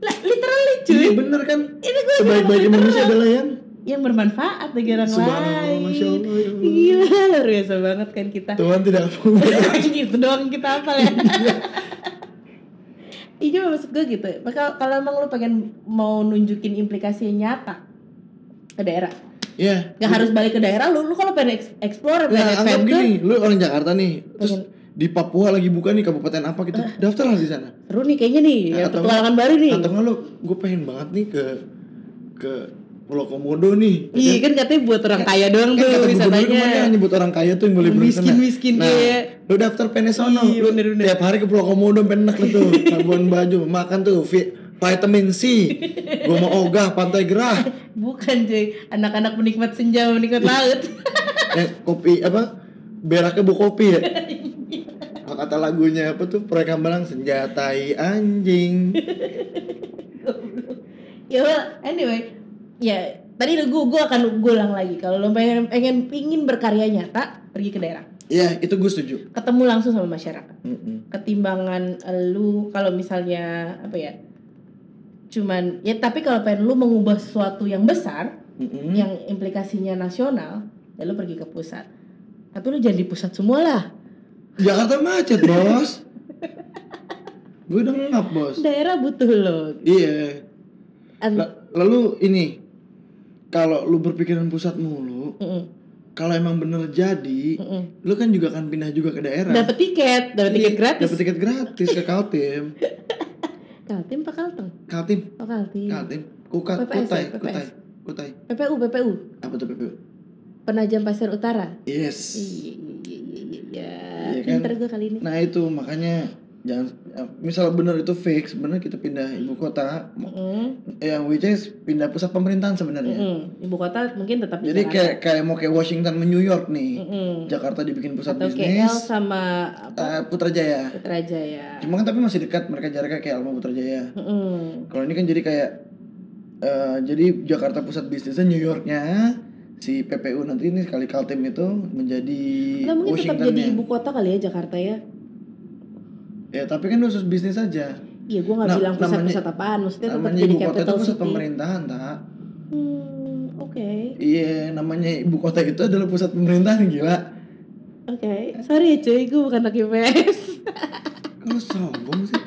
Speaker 1: Lah, literally cuy.
Speaker 2: iya bener kan
Speaker 1: Ini gue
Speaker 2: sebaik-baik manusia adalah yang
Speaker 1: yang bermanfaat bagi orang
Speaker 2: subhanallah
Speaker 1: lain.
Speaker 2: masya allah ya Allah.
Speaker 1: Gila, luar biasa banget kan kita.
Speaker 2: Tuhan tidak mau
Speaker 1: gitu doang kita apa ya? Iya cuma maksud gue gitu. Maka kalau emang lu pengen mau nunjukin implikasi yang nyata ke daerah,
Speaker 2: ya
Speaker 1: gak harus balik ke daerah lu. Lu kalau pengen eks- explore,
Speaker 2: nah,
Speaker 1: pengen
Speaker 2: anggap
Speaker 1: adventure,
Speaker 2: gini lu orang Jakarta nih terus
Speaker 1: Pengen.
Speaker 2: di Papua lagi buka nih kabupaten apa gitu daftarlah di sana
Speaker 1: seru nih kayaknya nih,
Speaker 2: Nah,
Speaker 1: ya,
Speaker 2: atau-
Speaker 1: petualangan baru nih.
Speaker 2: atau nggak lu gue pengen banget nih ke ke Pulau Komodo nih
Speaker 1: Iya kan katanya buat orang kaya doang
Speaker 2: Kan
Speaker 1: tuh
Speaker 2: kata gubernur
Speaker 1: wisatanya.
Speaker 2: kan yang nyebut orang kaya tuh yang boleh
Speaker 1: Yang
Speaker 2: pulang
Speaker 1: miskin-miskin
Speaker 2: nah,
Speaker 1: kayak.
Speaker 2: Lu daftar PNS sono.
Speaker 1: Iya,
Speaker 2: Lu
Speaker 1: bener-bener.
Speaker 2: Tiap hari ke Pulau Komodo penak lu tuh. Labuan baju, makan tuh vi- vitamin C. Gua mau ogah pantai gerah.
Speaker 1: Bukan cuy, anak-anak menikmat senja, menikmat laut.
Speaker 2: Eh, kopi apa? Beraknya bu kopi ya. Kalau kata lagunya apa tuh? Proyek Hambalang senjatai anjing.
Speaker 1: ya well, anyway ya tadi gue gue akan gue ulang lagi kalau lo pengen pengen pingin berkarya nyata pergi ke daerah
Speaker 2: Iya, itu gue setuju.
Speaker 1: ketemu langsung sama masyarakat
Speaker 2: Mm-mm.
Speaker 1: ketimbangan eh, lu kalau misalnya apa ya cuman ya tapi kalau pengen lu mengubah sesuatu yang besar
Speaker 2: Mm-mm.
Speaker 1: yang implikasinya nasional ya lu pergi ke pusat tapi lu jangan di pusat semua lah
Speaker 2: Jakarta macet, Bos. gue udah ngap bos
Speaker 1: Daerah butuh loh.
Speaker 2: iya
Speaker 1: An-
Speaker 2: La- lalu ini kalau lu berpikiran pusat mulu
Speaker 1: Mm-mm,
Speaker 2: kalau emang bener jadi
Speaker 1: mm-mm.
Speaker 2: lu kan juga akan pindah juga ke daerah
Speaker 1: Dapat tiket, dapat tiket
Speaker 2: Iya,
Speaker 1: gratis.
Speaker 2: dapat tiket gratis ke Kaltim
Speaker 1: Kaltim apa Kalteng?
Speaker 2: Kaltim
Speaker 1: Oh Kaltim.
Speaker 2: Kaltim Kukat
Speaker 1: PPS,
Speaker 2: Kutai
Speaker 1: PPS.
Speaker 2: Kutai Kutai
Speaker 1: PPU, PPU.
Speaker 2: apa tuh PPU
Speaker 1: Penajam Pasir Utara.
Speaker 2: yes
Speaker 1: Iya, iya, iya, iya, iya.
Speaker 2: Iya kan?
Speaker 1: Pinter gue kali ini.
Speaker 2: nah itu makanya jangan eh, misal bener itu fix bener kita pindah ibu kota eh,
Speaker 1: Mm,
Speaker 2: yang which is pindah pusat pemerintahan sebenarnya
Speaker 1: mm-mm. Ibu kota mungkin tetap di
Speaker 2: ya. jadi
Speaker 1: Jakarta.
Speaker 2: kayak kayak mau kayak Washington ke New York nih
Speaker 1: Mm-mm.
Speaker 2: Jakarta dibikin pusat
Speaker 1: Atau KL
Speaker 2: bisnis
Speaker 1: sama apa?
Speaker 2: eh, Putrajaya
Speaker 1: Putrajaya.
Speaker 2: cuma kan tapi masih dekat mereka jaraknya kayak Alma Putrajaya
Speaker 1: Mm-mm.
Speaker 2: Kalau ini kan jadi kayak eh jadi Jakarta pusat bisnisnya New Yorknya si PPU nanti ini sekali Kaltim itu menjadi
Speaker 1: Nah, mungkin tetap jadi
Speaker 2: Washingtonnya.
Speaker 1: ibu kota kali ya Jakarta ya.
Speaker 2: Ya tapi kan khusus bisnis saja.
Speaker 1: Iya, gue nggak
Speaker 2: Nah,
Speaker 1: bilang
Speaker 2: namanya-
Speaker 1: pusat-pusat apaan, maksudnya tetap
Speaker 2: Namanya
Speaker 1: jadi
Speaker 2: ibu kota itu
Speaker 1: capital
Speaker 2: pusat
Speaker 1: city.
Speaker 2: pemerintahan tak?
Speaker 1: Hmm, oke,
Speaker 2: Iya namanya ibu kota itu adalah pusat pemerintahan gila.
Speaker 1: oke. Sorry ya cuy, gue bukan anak IPS.
Speaker 2: Kalau sombong sih.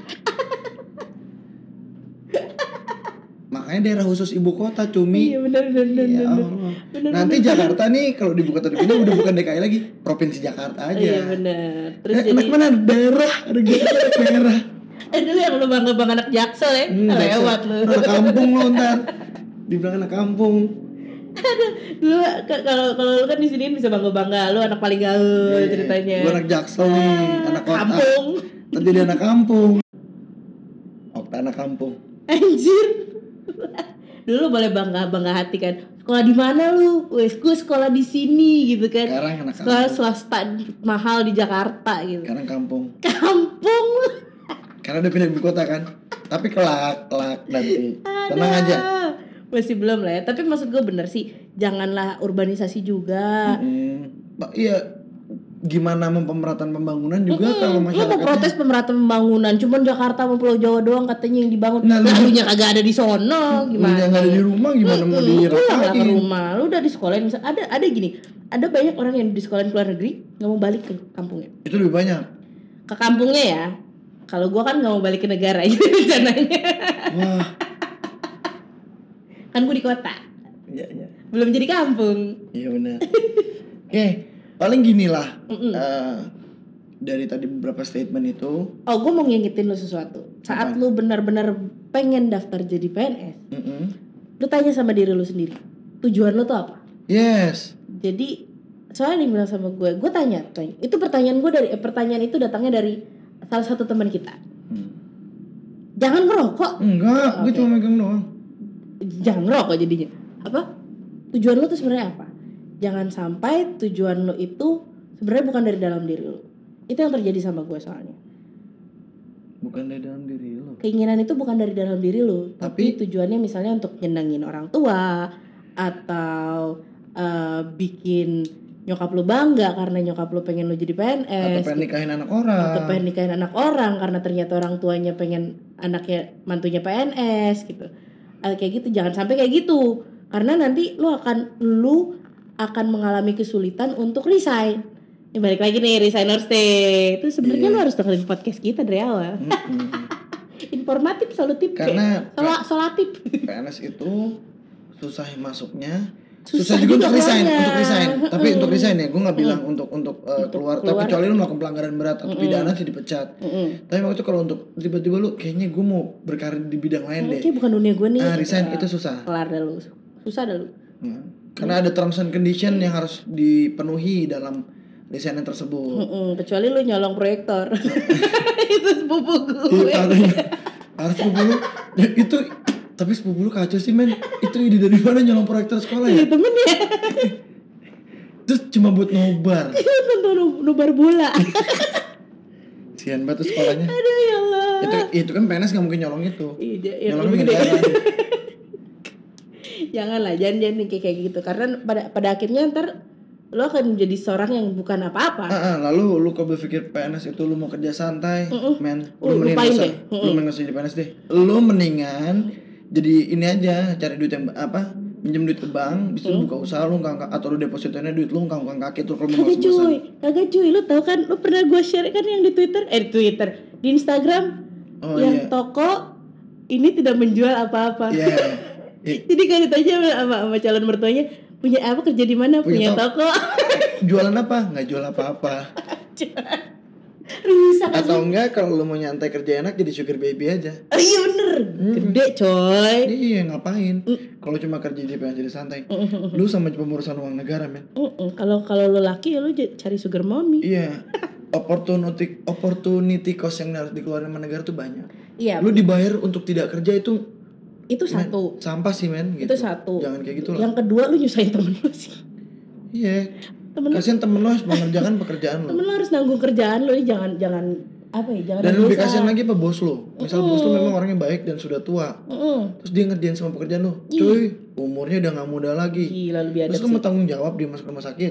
Speaker 2: Makanya daerah khusus ibu kota cumi.
Speaker 1: Iya benar benar benar.
Speaker 2: Ya
Speaker 1: benar.
Speaker 2: Allah.
Speaker 1: Benar,
Speaker 2: Nanti
Speaker 1: benar.
Speaker 2: Jakarta nih kalau di ibu kota dipindah udah bukan DKI lagi, provinsi Jakarta aja.
Speaker 1: Iya benar. Terus
Speaker 2: Eh,
Speaker 1: jadi
Speaker 2: anak mana daerah ada gitu ada daerah
Speaker 1: eh dulu yang lu bangga bangga anak jaksel ya,
Speaker 2: Hmm,
Speaker 1: lewat lu.
Speaker 2: anak kampung lo ntar dibilang anak kampung
Speaker 1: Lu ke- kalau kalau lu kan di sini bisa bangga bangga, lu anak paling gaul
Speaker 2: Iya,
Speaker 1: ceritanya. Ah,
Speaker 2: gua anak jaksel nih anak kota
Speaker 1: Kampung,
Speaker 2: nanti dia Kan anak kampung Okta anak kampung
Speaker 1: anjir. dulu boleh bangga bangga hati kan. Sekolah di mana lu? Wes, gue sekolah di sini gitu kan.
Speaker 2: sekarang anak
Speaker 1: Sekolah
Speaker 2: kampung
Speaker 1: swasta mahal di Jakarta gitu.
Speaker 2: sekarang kampung
Speaker 1: Kampung.
Speaker 2: karena udah pindah ibu kota kan tapi kelak kelak nanti tenang aja
Speaker 1: Ah, Masih belum lah ya. Tapi maksud gue bener sih, janganlah urbanisasi juga.
Speaker 2: Mm-mm. Ba- iya gimana mempemerataan pembangunan juga
Speaker 1: Mm-mm, Lu
Speaker 2: kalau
Speaker 1: mau
Speaker 2: masyarakatnya
Speaker 1: protes pemerataan pembangunan, cuman Jakarta sama Pulau Jawa doang katanya yang dibangun.
Speaker 2: Nah, lu-
Speaker 1: Lalunya kagak ada di sono, gimana?
Speaker 2: yang ada di rumah gimana
Speaker 1: Mm-mm,
Speaker 2: mau
Speaker 1: pulang lah ke
Speaker 2: diratain
Speaker 1: rumah. Lu udah di sekolah, misal ada ada gini, ada banyak orang yang di sekolah luar negeri nggak mau balik ke kampungnya.
Speaker 2: itu lebih banyak
Speaker 1: Ke kampungnya ya. Kalau gua kan nggak mau balik ke negara gitu rencananya.
Speaker 2: wah
Speaker 1: Kan gua di kota,
Speaker 2: iya iya
Speaker 1: belum jadi kampung.
Speaker 2: Iya benar. Oke, paling gini lah.
Speaker 1: Mm-mm.
Speaker 2: Eh, dari tadi beberapa statement itu,
Speaker 1: Oh, gue mau ngingetin lu sesuatu. Saat
Speaker 2: Apa?
Speaker 1: lu benar-benar pengen daftar jadi PNS,
Speaker 2: mm-mm.
Speaker 1: lu tanya sama diri lu sendiri. Tujuan lu tuh apa?
Speaker 2: yes,
Speaker 1: Jadi soalnya yang bilang sama gue, gue tanya, tanya. Itu pertanyaan gue dari eh, pertanyaan itu datangnya dari salah satu teman kita.
Speaker 2: Hmm.
Speaker 1: Jangan ngerokok.
Speaker 2: enggak, gue
Speaker 1: Oke.
Speaker 2: cuma megang doang.
Speaker 1: Jangan ngerokok jadinya. Apa? Tujuan lu tuh sebenarnya apa? Jangan sampai tujuan lu itu sebenarnya bukan dari dalam diri lu. Itu yang terjadi sama gue soalnya.
Speaker 2: Bukan dari dalam diri lo.
Speaker 1: keinginan itu bukan dari dalam diri lu tapi,
Speaker 2: Tapi-
Speaker 1: tujuannya misalnya untuk nyenengin orang tua atau eh, bikin nyokap lu bangga karena nyokap lu pengen lu jadi
Speaker 2: Atau
Speaker 1: PNS
Speaker 2: pengen nikahin anak orang.
Speaker 1: Eh, atau pengen nikahin anak orang karena ternyata orang tuanya pengen anaknya mantunya PNS gitu Eh, kayak gitu jangan sampai kayak gitu karena nanti lu akan lu akan mengalami kesulitan untuk resign Ya, balik lagi nih resigner stay itu sebenarnya
Speaker 2: Iya.
Speaker 1: lu harus dengerin podcast kita dari awal
Speaker 2: Mm-mm.
Speaker 1: informatif solutif
Speaker 2: Karena
Speaker 1: Sola, solatif
Speaker 2: PNS itu susah masuknya,
Speaker 1: susah,
Speaker 2: susah, juga untuk
Speaker 1: orangnya.
Speaker 2: resign, untuk resign. Tapi untuk
Speaker 1: Mm-mm.
Speaker 2: resign ya, gue nggak bilang untuk untuk eh,
Speaker 1: Untuk
Speaker 2: keluar. Tapi
Speaker 1: keluar.
Speaker 2: kecuali lu melakukan pelanggaran berat atau
Speaker 1: Mm-mm.
Speaker 2: pidana sih dipecat.
Speaker 1: Mm-mm.
Speaker 2: Tapi waktu itu kalau untuk tiba-tiba lu kayaknya gue mau berkarir di bidang lain deh.
Speaker 1: Oke, bukan dunia gue nih.
Speaker 2: Ah, resign
Speaker 1: Nah,
Speaker 2: itu susah.
Speaker 1: kelar dah lu. Susah dah lu.
Speaker 2: Hmm. Karena ada terms and condition yang harus dipenuhi dalam desainnya tersebut.
Speaker 1: Mm-mm, kecuali lu nyolong proyektor. itu sepupu gue.
Speaker 2: Iya, harus- harus sepupu lu. Ya, itu tapi sepupu lu kacau sih men. Itu ide dari mana nyolong proyektor sekolah ya?
Speaker 1: Iya temen ya.
Speaker 2: Terus cuma buat nobar.
Speaker 1: Itu nonton nu- nubar bola.
Speaker 2: Sian banget tuh sekolahnya.
Speaker 1: Aduh ya Allah.
Speaker 2: Itu itu kan PNS nggak mungkin nyolong itu.
Speaker 1: Iya, ja- yang lebih
Speaker 2: Nyolongnya
Speaker 1: gede.
Speaker 2: negara.
Speaker 1: jangan lah, jangan jangan yang kayak kayak gitu. Karena pada pada akhirnya ntar lu akan menjadi seorang yang bukan apa-apa.
Speaker 2: Ah, ah, lalu lu kok berpikir PNS itu lu mau kerja santai,
Speaker 1: Mm-mm.
Speaker 2: men.
Speaker 1: Lu
Speaker 2: Lu
Speaker 1: lupain
Speaker 2: mendingan nggak usah-
Speaker 1: deh. Mm-mm.
Speaker 2: Lu mendingan nggak usah jadi PNS deh. Lu mendingan jadi ini aja cari duit yang apa? Minjem duit ke bank,
Speaker 1: Mm.
Speaker 2: bisa buka usaha lu ngangkat atau lu depositonya duit lu ngangkat kaki tuh kalau mau
Speaker 1: Kagak
Speaker 2: bosan.
Speaker 1: cuy, kagak cuy, lu tau kan, lu pernah gue share kan yang di Twitter, eh di Twitter, di Instagram
Speaker 2: Oh,
Speaker 1: yang
Speaker 2: iya.
Speaker 1: toko ini tidak menjual apa-apa.
Speaker 2: Iya. Iya.
Speaker 1: Jadi kalau ditanya sama, sama, sama calon mertuanya punya apa kerja di mana punya,
Speaker 2: Punya to-
Speaker 1: toko
Speaker 2: Jualan apa? Nggak jual apa-apa.
Speaker 1: rusak
Speaker 2: Atau enggak kalau lu mau nyantai kerja enak jadi sugar baby aja.
Speaker 1: oh, iya bener
Speaker 2: Hmm.
Speaker 1: gede coy
Speaker 2: Iya ngapain?
Speaker 1: Mm.
Speaker 2: Kalau cuma kerja jadi pengen jadi santai. Lu sama pengurusan uang negara men.
Speaker 1: Mm-mm. kalau kalau lu laki ya lu j- cari sugar mommy
Speaker 2: Iya. Opportunity opportunity cost yang harus dikeluarin sama negara tuh banyak.
Speaker 1: iya
Speaker 2: Lu dibayar untuk tidak kerja itu
Speaker 1: itu
Speaker 2: men,
Speaker 1: satu
Speaker 2: sampah sih men. Gitu.
Speaker 1: Itu satu.
Speaker 2: Jangan kayak gitu lah.
Speaker 1: yang kedua lu nyusahin temen lu sih
Speaker 2: Iya.
Speaker 1: temen lu
Speaker 2: Kasian temen lu harus mengerjakan pekerjaan lu.
Speaker 1: temen lu harus nanggung kerjaan lu jangan jangan apa ya jangan
Speaker 2: Dan
Speaker 1: ada
Speaker 2: lebih
Speaker 1: dosa.
Speaker 2: kasihan lagi apa bos lu. Misal bos lu
Speaker 1: Mm.
Speaker 2: memang orangnya baik dan sudah tua.
Speaker 1: Mm-mm.
Speaker 2: Terus dia ngerjain sama pekerjaan lu.
Speaker 1: Iya.
Speaker 2: Cuy, umurnya udah nggak muda lagi.
Speaker 1: gila lebih ada
Speaker 2: Terus lu mau tanggung jawab dia masuk rumah sakit.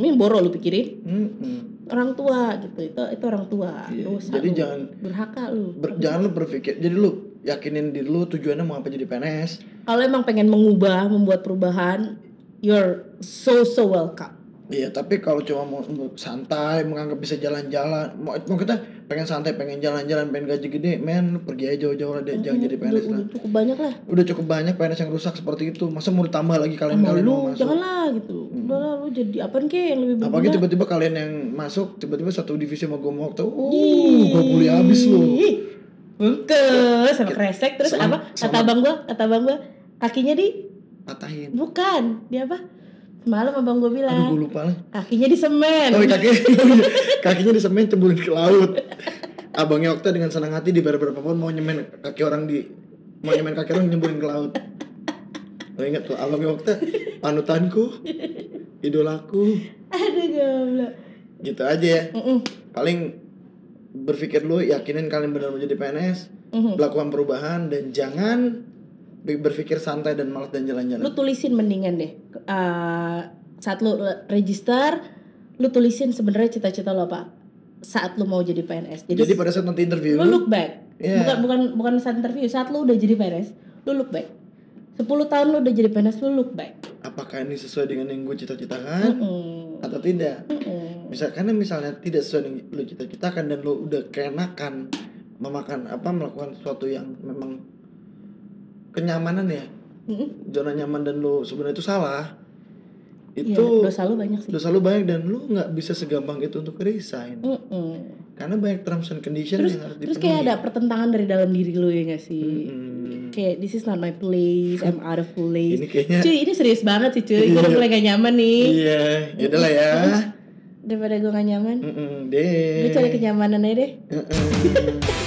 Speaker 1: ini yang boro lu pikirin
Speaker 2: Mm-mm.
Speaker 1: orang tua gitu itu itu orang tua
Speaker 2: Iya,
Speaker 1: dosa
Speaker 2: jadi
Speaker 1: lu.
Speaker 2: jangan-
Speaker 1: berhaka lu
Speaker 2: Ber- jangan lu berpikir jadi lu yakinin diri lu tujuannya mau apa jadi PNS
Speaker 1: kalau emang pengen mengubah membuat perubahan you're so so welcome
Speaker 2: iya tapi kalau cuma mau, mau santai menganggap bisa jalan-jalan mau, mau kita pengen santai pengen jalan-jalan pengen gaji gede men lu pergi aja jauh-jauh lah deh jangan jadi
Speaker 1: udah,
Speaker 2: PNS lah
Speaker 1: udah cukup banyak lah
Speaker 2: udah cukup banyak PNS yang rusak seperti itu masa mau ditambah lagi kalian
Speaker 1: sama
Speaker 2: kalian mau
Speaker 1: lu
Speaker 2: masuk Hmm. gitu?
Speaker 1: janganlah gitu udah lah lu jadi apa kek yang lebih
Speaker 2: apalagi
Speaker 1: berguna
Speaker 2: tiba-tiba kalian yang masuk tiba-tiba satu divisi sama gue mau tuh uh
Speaker 1: Ih.
Speaker 2: gue kuliah habis lu
Speaker 1: Ih, bengkes sama kresek terus
Speaker 2: Sama-
Speaker 1: apa kata
Speaker 2: sama-
Speaker 1: abang gua kata abang gua kakinya di
Speaker 2: patahin
Speaker 1: bukan dia apa semalam abang gua
Speaker 2: aduh
Speaker 1: bilang
Speaker 2: gue lupa lah
Speaker 1: kakinya di semen
Speaker 2: Oh kakinya, kakinya disemen cebulin ke laut. Abangnya Okta dengan senang hati di beberapa pohon mau nyemen kaki orang di mau nyemen kaki orang nyebulin ke laut. Lo ingat tuh abangnya Okta, panutanku, idolaku,
Speaker 1: aduh goblok
Speaker 2: gitu aja ya.
Speaker 1: Mm-mm.
Speaker 2: Paling berpikir lu yakinin kalian benar mau jadi PNS,
Speaker 1: Mhm.
Speaker 2: lakukan perubahan dan jangan berpikir santai dan malas dan
Speaker 1: lu
Speaker 2: jalan-jalan.
Speaker 1: tulisin mendingan deh Eh, saat lu register lu tulisin sebenarnya cita-cita lo apa saat lu mau jadi PNS jadi,
Speaker 2: Jadi pada saat nanti interview,
Speaker 1: lu look back
Speaker 2: Iya.
Speaker 1: bukan bukan bukan saat interview saat lu udah jadi PNS lu look back 10 tahun lu udah jadi PNS lu look back
Speaker 2: apakah ini sesuai dengan yang gue cita-citakan
Speaker 1: Mm-mm.
Speaker 2: atau tidak?
Speaker 1: Mm-mm.
Speaker 2: bisa karena misalnya tidak sesuai yang lu cita-citakan dan lu udah keenakan memakan apa melakukan sesuatu yang memang kenyamanan ya
Speaker 1: Mm-mm.
Speaker 2: zona nyaman dan lu sebenarnya itu salah
Speaker 1: Iya,
Speaker 2: itu
Speaker 1: dosa lu banyak sih
Speaker 2: dosa lu banyak dan lu nggak bisa segampang itu untuk resign
Speaker 1: Mm-mm.
Speaker 2: karena banyak terms and condition
Speaker 1: Iya. terus
Speaker 2: yang harus dipenuhi
Speaker 1: terus kayak ada pertentangan dari dalam diri lu ya gak sih
Speaker 2: Mm-mm.
Speaker 1: kayak this is not my place I'm out of place
Speaker 2: ini kayaknya
Speaker 1: cuy ini serius banget sih cuy gue
Speaker 2: Iya.
Speaker 1: mulai gak nyaman nih
Speaker 2: iya ya udahlah ya
Speaker 1: daripada gue gak nyaman
Speaker 2: Mm-mm,
Speaker 1: gue cari
Speaker 2: deh
Speaker 1: kenyamanan aja deh
Speaker 2: Mm-mm.